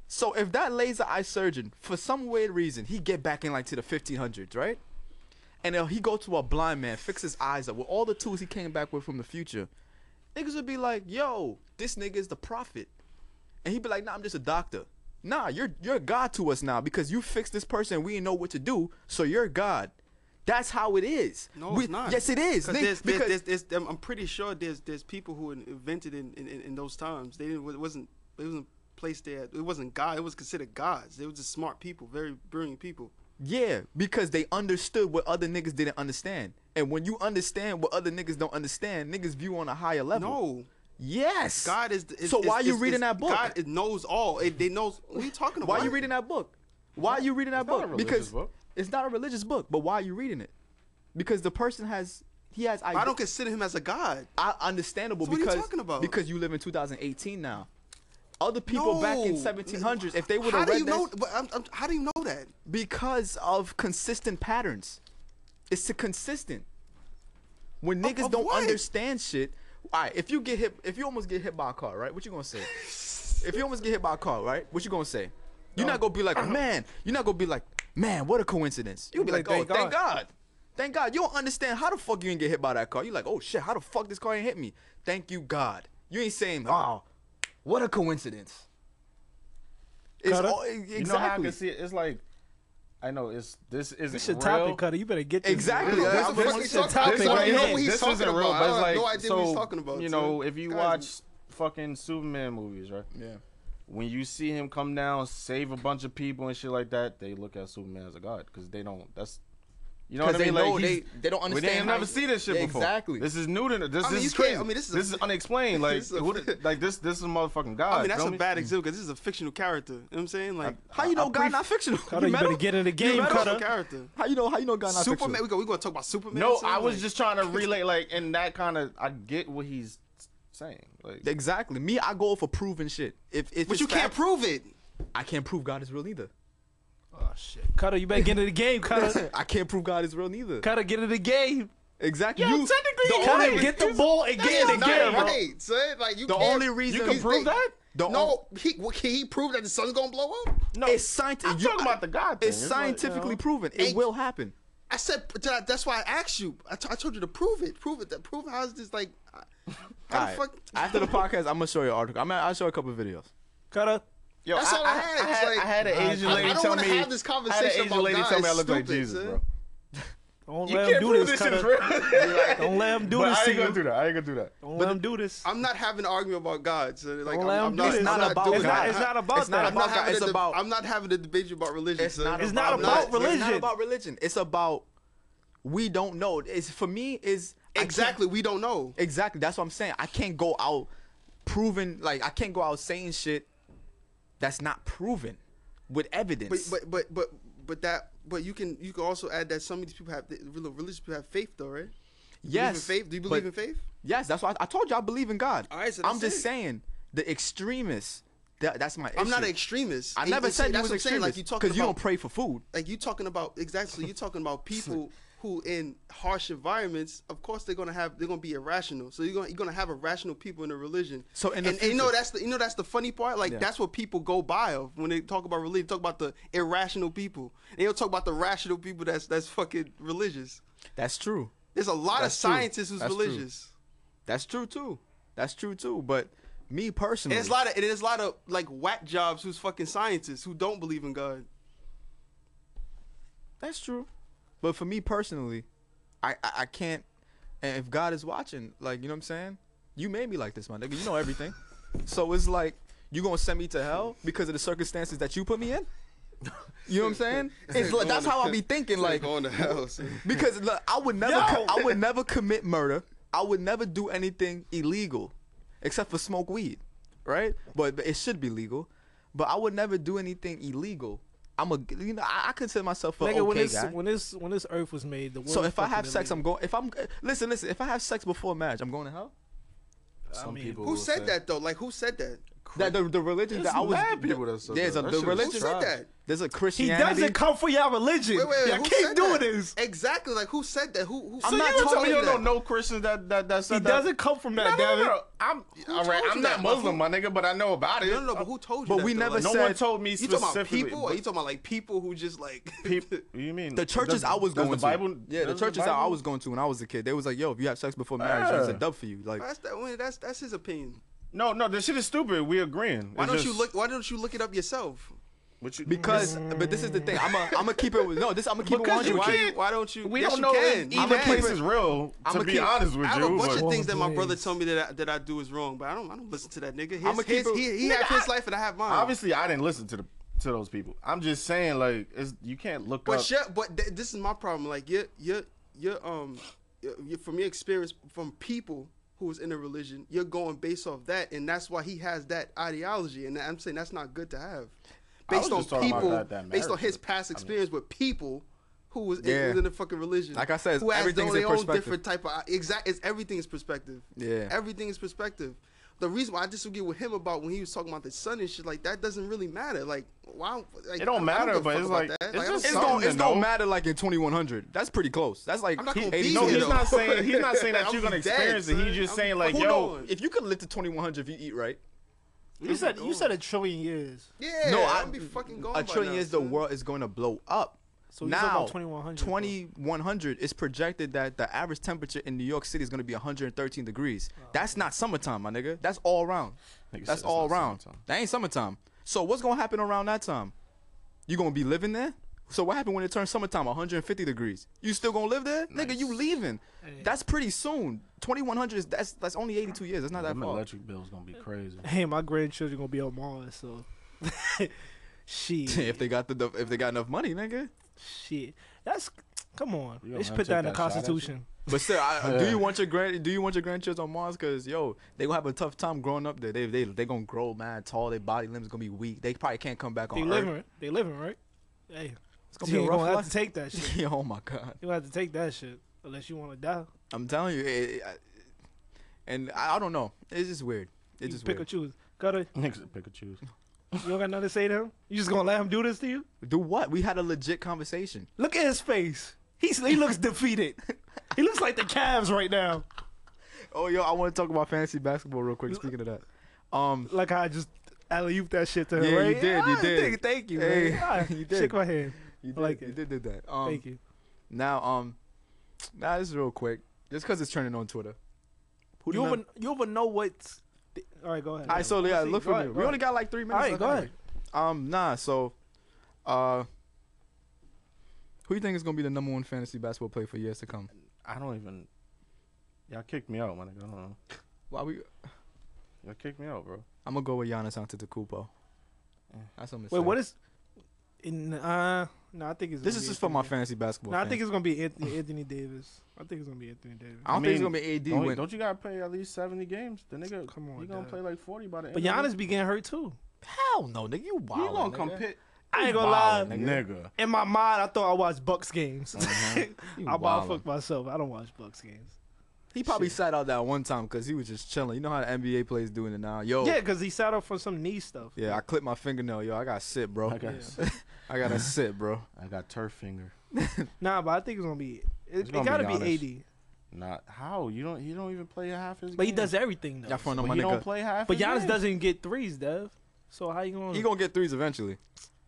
C: So if that laser eye surgeon, for some weird reason, he get back in like to the 1500s, right? And then he go to a blind man, fix his eyes up with all the tools he came back with from the future. Niggas would be like, "Yo, this nigga is the prophet," and he'd be like, "Nah, I'm just a doctor." Nah, you're you're God to us now because you fixed this person. and We didn't know what to do, so you're God. That's how it is.
E: No,
C: We-
E: it's not.
C: Yes, it is.
E: 'Cause
C: Nigga,
E: there's, there's,
C: because-
E: there's, there's, I'm I'm pretty sure there's there's people who in- invented in in, in, in those times. They didn't. It wasn't. It wasn't
I: place they had. It wasn't God. It was considered gods. They were just smart people, very brilliant people.
C: Yeah, because they understood what other niggas didn't understand. And when you understand what other niggas don't understand, niggas view on a higher level.
I: No,
C: Yes.
I: God is. The, is
C: so
I: is-
C: why
I: is-
C: you
I: is-
C: reading that book?
I: God it knows all. It, they knows. What are you talking about?
C: why are you reading that book? Why are you reading that
A: not a
C: book?
A: religious
C: Because
A: book.
C: it's not a religious book, but why are you reading it? Because the person has he has
I: I don't consider him as a god.
C: I, understandable
I: So what are you
C: because
I: talking about?
C: because you live in 2018 now. Other people back in
I: No.
C: 1700s, if they would
I: How
C: have
I: do
C: read
I: you
C: that,
I: know? but I'm, I'm, how do you know that?
C: because of consistent patterns. It's the consistent. When niggas
I: of
C: don't
I: what?
C: understand shit, all right. If you get hit, if you almost get hit by a car, right? What you gonna say? if you almost get hit by a car, right? What you gonna say? You're not gonna be like, man. You're not gonna be like, man. What a coincidence. You'll be like,
B: Like,
C: oh,
B: thank
C: thank
B: God."
C: God. Thank God. You don't understand how the fuck you didn't get hit by that car. You're like, oh shit, how the fuck this car ain't hit me? Thank you God. You ain't saying, oh, what a coincidence. It's
A: Cutter.
C: all,
A: You know how I
C: exactly.
A: can see it? It's like, I know it's this isn't
B: This your
A: real.
B: topic, Cutter. You better get this.
C: Exactly.
E: This
C: That's
E: is
C: what
E: what
C: I'm
E: he's
B: saying.
E: talking-
B: Topic
E: I don't
B: right
E: know
B: here.
E: what he's
A: this
E: talking
A: isn't real,
E: about.
A: but
E: I
A: it's
E: have
A: like
E: no idea
A: so,
E: what he's talking about.
A: You
E: son.
A: know, if you
I: Guys-
A: watch fucking Superman movies, right?
C: Yeah.
A: When you see him come down, save a bunch of people and shit like that, they look at Superman as a god because they don't. That's you know what I
C: Because
A: mean?
C: they know
A: like he's-
C: they- they don't
A: We
C: understand
A: didn't
C: how
A: never
C: he-
A: see this shit
C: Yeah,
A: before.
C: exactly.
A: This is new
I: I
A: to this.
I: mean,
A: this
I: you
A: is
I: can't-
A: crazy.
I: I mean, this is a-
A: this is unexplained. Like
I: This is a-
A: who the- like this this is a motherfucking god.
I: I mean, that's
A: feel
I: a
A: me?
I: bad example because this is a fictional character. You know what I'm saying? Like,
C: How you know God not fictional?
B: Cutter, you
C: met
B: better
C: him?
B: get in the game,
C: met him?
I: fictional
B: Cutter.
I: character.
C: How you know? How you know God not
I: Superman.
C: fictional?
I: We go. We gonna talk about Superman.
A: No,
I: son?
A: I was
I: Like,
A: just trying to relate. Like in that kind of, I get what he's saying. Like
C: Exactly. Me, I go for proven shit. If if
I: But
C: it's
I: you can't
C: fact,
I: prove it.
C: I can't prove God is real either.
B: Oh shit, Cutter, you better get in the game, Cutter.
C: I can't prove God is real neither.
B: Cutter, get in the game.
C: Exactly.
A: Yo,
C: you,
A: technically
C: the
A: you
C: only,
B: Cutter, get the ball and
E: That's
B: get in the
E: not
B: game. bro.
E: right, son. Like you.
C: the
E: can't-
C: only reason
A: can prove that?
C: The
E: no, he well, can he prove that the sun's gonna blow up?
A: no,
C: it's scientific.
A: I'm talking about the God. thing.
C: It's
A: like, you know,
C: scientifically proven. It
E: Hey.
C: will happen.
E: I said that- that's why I asked you. I, t- I told you to prove it. Prove it. That prove how is this like? I- How the
C: Alright.
E: fuck?
C: After the podcast, I'm gonna show you an article. I'm gonna, I'll show you a couple of videos.
B: Cutter,
A: Yo,
E: That's
A: I,
E: all I
A: I-
E: had.
A: I
E: It's
A: had,
E: like,
A: I had an Asian
E: I- I
A: lady
E: don't
A: tell
E: wanna
A: me.
E: have this
A: I had
E: conversation
A: an Asian
E: about
A: lady
E: God.
A: tell me I
E: It's
A: look like
E: stupid,
A: Jesus,
E: son.
A: bro.
B: don't
A: You
B: let him
A: can't
B: do
A: prove
B: this,
A: this shit is
B: Cutter.
A: real.
B: Don't let him do
A: But
B: this
A: I
B: to
A: ain't gonna
B: you.
A: do that. I ain't gonna do that.
B: Don't let him do this.
E: I'm not having an argument about God. So like,
B: Don't
E: I'm,
B: let
E: I'm
B: him do
E: not,
B: this.
E: I'm
B: It's
E: not
B: not about
E: doing
B: God.
E: that.
B: It's not about
C: It's not
B: that.
E: I'm not,
C: about God.
E: having
C: It's
E: a deb-
C: about.
E: I'm not having a debate about religion.
C: It's
E: son.
C: not
B: It's not
C: I'm
B: about
E: not-
C: It's
B: religion.
C: not about religion. It's about. We don't know. It's for me. Is I can't-
E: exactly. We don't know.
C: Exactly. That's what I'm saying. I can't go out proving like I can't go out saying shit that's not proven with
E: But
C: evidence.
E: but but but but that. But you can you can also add that some of these people have the real- religious people have faith though, right?
C: yes,
E: Believe in faith. Do you believe
C: but-
E: in faith?
C: Yes, that's why I, I told you I believe in God.
E: All right, so
C: I'm
E: that's
C: just
E: it.
C: saying the extremists. That, that's my.
E: I'm
C: issue.
E: not an extremist.
C: I
E: And-
C: never
E: and see,
C: said you
E: that's
C: was
E: what I'm saying.
C: extremist.
E: Like you talking about
C: you don't pray for food.
E: like you talking about exactly you're talking about people who in harsh environments of course they're gonna have they're gonna be irrational so you're gonna you're gonna have irrational people in a religion
C: So in the
E: and, and you know
C: future-
E: that's the you know that's the funny part like that's what people go by of when they talk about religion talk about the irrational people they don't talk about the rational people that's that's fucking religious
C: That's true.
E: there's a lot
C: That's
E: of
C: true.
E: scientists who's
C: That's true.
E: religious
C: That's true too. That's true too. But me
E: and
C: personally,
E: there's a lot of and there's a lot of like whack jobs who's fucking scientists who don't believe in God
C: That's true. But for me personally, I, I I can't. And if God is watching, like you know what I'm saying, you made me like this, my nigga. You know everything. so it's like you gonna send me to hell because of the circumstances that you put me in. You know what I'm saying? It's like, that's how I be thinking. Like oh,
E: going to hell son.
C: because look, I would never co- I would never commit murder. I would never do anything illegal, except for smoke weed, right? But, but it should be legal. But I would never do anything illegal. I'm a you know I, I consider myself a
B: Nigga,
C: okay
B: when this
C: guy.
B: when this when this earth was made, the world
C: So
B: was
C: if I have
B: fucking
C: sex, I'm
B: illegal.
C: going. If I'm listen, listen. If I have sex before marriage, I'm going to hell.
A: Some
B: mean,
A: people
E: who
A: will
E: said
A: say-
E: that though like who said that
C: That the, the religion
A: There's
C: that I was.
A: mad people
C: the-
A: that said
C: there's
A: that.
C: a
A: That
C: the
A: shit is
C: religion.
E: who said that
C: There's a
B: He
C: Christianity.
B: doesn't come for y'all religion.
E: Wait, wait, wait,
B: y'all
E: who
B: keep
E: said
B: doing
E: that?
B: this.
E: Exactly. Like who said that? Who? who
A: So
E: who
A: you
E: told
A: tell me
E: you
A: you don't know no
E: that?
A: Christians that that that said
B: He
A: that?
B: doesn't come from
A: No,
B: that,
A: no, no,
B: David.
A: no. I'm all right.
E: told you
A: I'm not
E: that?
A: Muslim, my nigga, but I know about it.
E: No, no, no. But who told you?
C: but
E: that,
C: we
E: though?
C: never
E: Like,
A: No
C: said-
A: one told me
E: You talking about
A: specifically,
E: people? Or
A: but-
E: you talking about like people who just like?
A: Peop- what you mean
C: The churches
A: Does-
C: I was
A: does
C: going
A: the Bible,
C: to. Yeah, the
A: does the
C: churches I- I
A: Bible-
C: was going to when I was a kid. They was like, "Yo, if you have sex before marriage, it's a
A: Yeah.
C: dub for you." Like,
E: that's that. well, That's that's his opinion.
A: No, no, this shit is stupid. We agreeing.
E: Why
A: It's
E: don't
A: just-
E: you look? Why don't you look it up yourself?
A: What you,
C: Because, but this is the thing. I'm gonna I'm keep it. With, no, this I'm gonna keep
B: Because
C: it
B: you
C: 100.
B: can't-
E: Why, why don't you?
B: We
E: yes,
B: don't
E: you
B: know
E: can.
B: if
E: You
A: either
E: can.
A: place is real. To
C: I'ma
A: be
C: keep-
A: honest with
E: I have
A: you,
E: a bunch
A: but-
E: of things that my
B: Days.
E: brother told me that I, that I do is wrong, but I don't I don't listen to that nigga. His,
C: I'ma keep
E: his,
C: it-
E: he he
A: Nigga,
E: have his
A: I-
E: life and I have mine.
A: obviously I didn't listen to the to those people. I'm just saying like it's, you can't look
G: But
A: up.
G: shit, but th- this is my problem. Like your your your um your, your- from your experience from people who was in a religion, you're going based off that, and that's why he has that ideology, and I'm saying that's not good to have.
A: I was
G: Based on
A: just talking about
G: people,
A: that- that
G: based on
A: marriage
G: his
A: shit.
G: past experience with people who was in,
C: Yeah.
G: was in the fucking religion.
C: Like I said, it's-
G: who has
C: everything's
G: their
C: in
G: own
C: perspective.
G: different type of exact. It's everything's perspective.
C: Yeah.
G: everything is perspective. The reason why I disagree with him about when he was talking about the son and shit like that doesn't really matter. Like why? Like,
A: It don't
G: I
A: matter,
G: give a
A: but
G: fuck
A: it's
G: about
A: like-
G: that.
A: it's
G: I don't
A: just
C: It's
A: something
C: don't,
A: to
C: it's don't
A: know.
C: matter like in 2100. That's pretty close. That's like
G: I'm not gonna be
A: no,
G: here,
A: he's
G: though.
A: not saying he's not saying that
G: I'll
A: you're gonna
G: be dead,
A: experience it.
G: son.
A: He's just
G: I'm-
A: saying like,
G: who
A: yo,
G: knows?
C: If you could live to 2100 if you eat right.
B: You said you said a trillion years.
G: Yeah,
C: no,
G: I'll
C: I-
G: be fucking gone.
C: A
G: by
C: trillion
G: now,
C: years, the
G: son.
C: world is going to blow up. So
B: we
C: now,
B: talking about 2100, bro.
C: 2100 is projected that the average temperature in New York City is going to be 113 degrees. That's not summertime, my nigga. That's all around.
A: Nigga said
C: That's
A: it's
C: all
A: not
C: around.
A: summertime.
C: That ain't summertime. So what's going to happen around that time? You going to be living there? So what happened when it turns summertime, 150 degrees? You still going to live there? Nigga, you leaving. That's pretty soon. 2100 is that's that's only 82 years. That's not that
A: them
C: far.
A: electric bill's gonna be crazy.
B: Hey, my grandchildren gonna be on Mars, so shit,
C: if they got the if they got enough money, nigga.
B: shit. That's come on.
A: You
B: They should
A: gonna
B: put that in the
A: take that shot at you?
B: Constitution.
C: But still, I, do
A: Yeah.
C: you want your grand do you want your grandkids on Mars? Cause yo, they gonna have a tough time growing up there. They they they gonna grow mad tall. Their body limbs gonna be weak. They probably can't come back on
B: They
C: Earth.
B: living, they living, right? Hey,
C: It's
B: you
C: gonna be a
B: ain't
C: rough
B: gonna have
C: life.
B: to take that shit.
C: Yeah, oh my god,
B: You have to take that shit unless you want to die.
C: I'm telling you, it, it- I- and I, I don't know. It's just weird. It's
B: you
C: just
B: pick or
C: weird.
B: choose. Gotta,
A: Niggas pick and choose.
B: you don't got nothing to say to him. You just gonna let him do this to you?
C: Do what? We had a legit conversation.
B: Look at his face. He's he looks defeated. He looks like the Cavs right now.
C: Oh yo, I want to talk about fantasy basketball real quick. Speaking of that, um,
B: Like how I just alley ooped that shit to him.
C: Yeah, you
B: right?
C: did, you
B: Ah,
C: did.
B: Thank, thank you.
C: Hey,
B: man. Ah,
C: you did.
B: Shake my hand.
C: you did,
B: like
C: you
B: it.
C: did do that. Um,
B: thank you.
C: Now, um, now this is real quick, just cause it's trending on Twitter. Who
B: You
C: the
B: ever, you ever know what's all right? Go ahead.
C: All right, so yeah,
B: See,
C: look
B: go
C: for
B: ahead, go
C: me. We
B: ahead.
C: only got like three
B: All
C: minutes.
B: right,
C: left
B: go
C: anyway.
B: ahead.
C: Um, nah. So, uh, who you think is gonna be the number one fantasy basketball player for years to come?
A: I don't even. Y'all kicked me out, my nigga. I don't know.
C: Why we?
A: Y'all kicked me out, bro.
C: I'm gonna go with Giannis Antetokounmpo. That's what I'm gonna
B: Wait,
C: say.
B: what is? In uh, no, I think it's.
C: This
B: gonna
C: is
B: be
C: just for my
B: Anthony-
C: fantasy basketball.
B: No, I
C: fans.
B: think it's gonna be Anthony, Anthony Davis. I think it's gonna be Anthony Davis.
C: I don't
A: I mean,
C: think it's gonna be AD.
A: Don't,
C: Win.
A: don't you gotta play at least seventy games? The nigga,
B: Come
A: come
B: on,
A: on, you gonna
B: dog.
A: play like forty by the end.
B: But
A: of
B: Giannis
A: the-
B: be getting hurt too.
C: Hell no, nigga. You wild.
A: you gonna compete,
B: I ain't gonna
C: wild,
B: lie.
A: nigga?
B: In my mind, I thought I watched Bucks games.
C: Uh-huh. You
B: I about
C: wildin'.
B: fucked myself. I don't watch Bucks games.
C: He probably sat out that one time because he was just chilling. You know how the NBA players doing it now. Yo.
B: Yeah, because he sat up for some knee stuff.
C: Yeah, I clipped my fingernail, yo. I gotta sit, bro.
A: I got,
C: I gotta sit, bro.
A: I got turf finger.
B: Nah, but I think it's gonna be. It, it
A: gonna be
B: gotta be,
A: Giannis.
B: AD.
A: Not how you don't. He don't even play half his.
B: But he
A: games.
B: does everything though.
C: Y'all front on
A: But
C: my
A: he don't
C: nigga.
A: play half.
B: But
A: his
B: Giannis
A: games.
B: doesn't get threes, Dev. So how you gonna?
C: He gonna get threes eventually.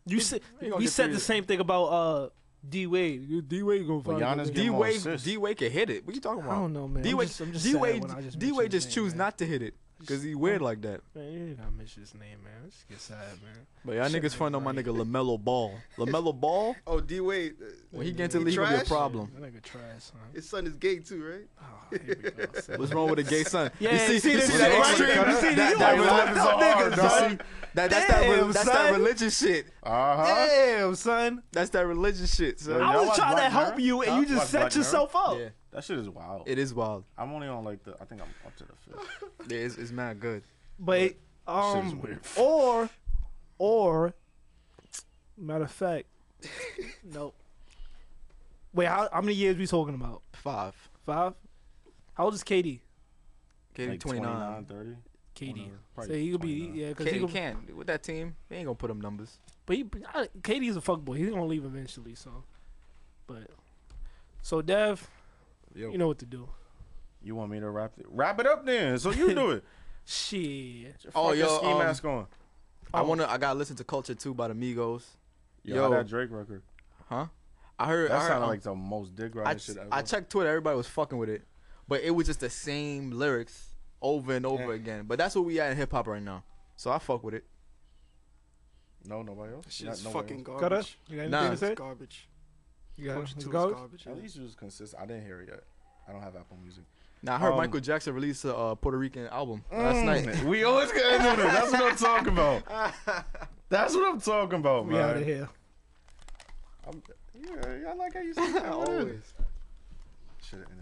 B: you said
C: he gonna
B: we
C: get
B: said the
C: threes.
B: same thing about uh D Wade. D Wade gonna
A: But
B: find.
A: Giannis
B: another-
A: get
C: D
A: him on
C: Wade,
A: assists.
C: D Wade can hit it. What you talking about?
B: I don't know, man. I'm
C: D Wade,
B: just- I'm just
C: D
B: sad
C: Wade,
B: when I just
C: D
B: mention
C: Wade
B: his
C: just
B: name,
C: choose
B: man.
C: not to hit it because he weird like that.
B: Man, you gotta mention his name, man. Let's get sad, man.
C: But y'all
B: Shit,
C: niggas front on my
B: right.
C: nigga Lamelo Ball. Lamelo Ball,
G: Oh, D Wade,
C: when he gets to the league, he gonna be a
G: Trash?
C: problem.
B: That nigga trash, son.
G: his son is gay too, right?
B: Oh, here we go. son.
C: What's wrong with a gay son?
B: Yeah, you see this
C: that
B: shit, right?
C: extreme?
B: You see
C: that,
B: this?
C: that,
B: You
C: that,
B: like them niggas,
C: that-
B: son.
C: that- that's that,
B: Damn,
C: re- that's that
B: son.
C: religious shit.
A: Uh huh.
B: Damn, son.
C: That's that religious shit. son.
A: Yeah,
B: I
A: y'all
B: was
A: watch
B: trying to
A: Black Mirror?
B: help you, and
A: Y'all
B: you just
A: watch
B: set
A: Black Mirror?
B: yourself up.
C: Yeah,
A: That shit is wild.
C: it is wild.
A: I'm only on like the. I think I'm up to the fifth.
C: Yeah, it's, it's not good.
B: But
A: Shit is
B: um,
A: weird.
B: or or matter of fact, nope. Wait, how, how many years we talking about?
C: Five.
B: Five. How old is Katie?
C: KD
A: Like
C: 29.
A: 30.
B: Katie. So
A: Probably
B: he could be
A: 29.
B: yeah, cause he
C: KD
B: could,
C: can't. With that team, they ain't gonna put him numbers.
B: but he I, Katie's a fuckboy. He's gonna leave eventually. So, but so Dev,
C: Yo.
B: you know what to do.
A: You want me to wrap it? Wrap it up then. So you do it.
B: Shit.
A: Your
C: Oh,
A: fucking
C: yo,
A: ski
C: um,
A: mask on.
B: Oh.
C: I wanna. I gotta listen to Culture Two by the Migos.
A: Yo,
C: yo.
A: how that Drake record.
C: I heard.
A: That
C: I heard,
A: sounded
C: um,
A: like the most dick
C: I,
A: riding shit ever.
C: I checked Twitter. Everybody was fucking with it, but it was just the same lyrics over and over again. But that's what we at in hip hop right now. So I fuck with it.
A: No, nobody else.
E: That shit is
A: no
E: fucking
A: Wales.
E: garbage.
B: Got us? You got anything
C: Nah.
B: to
E: It's
B: say?
E: garbage.
B: You got
E: Culture
B: it's
E: Two is
B: garbage?
E: garbage.
A: At least it was consistent. I didn't hear it yet. I don't have Apple Music.
C: Now I heard
A: Um, mm.
C: Michael Jackson released a uh, Puerto Rican album last night.
A: We always get into this. That's what I'm talking about. That's what I'm talking about,
B: We out
A: man.
B: of here.
A: I'm, yeah, I like how you said that. Always. Should have ended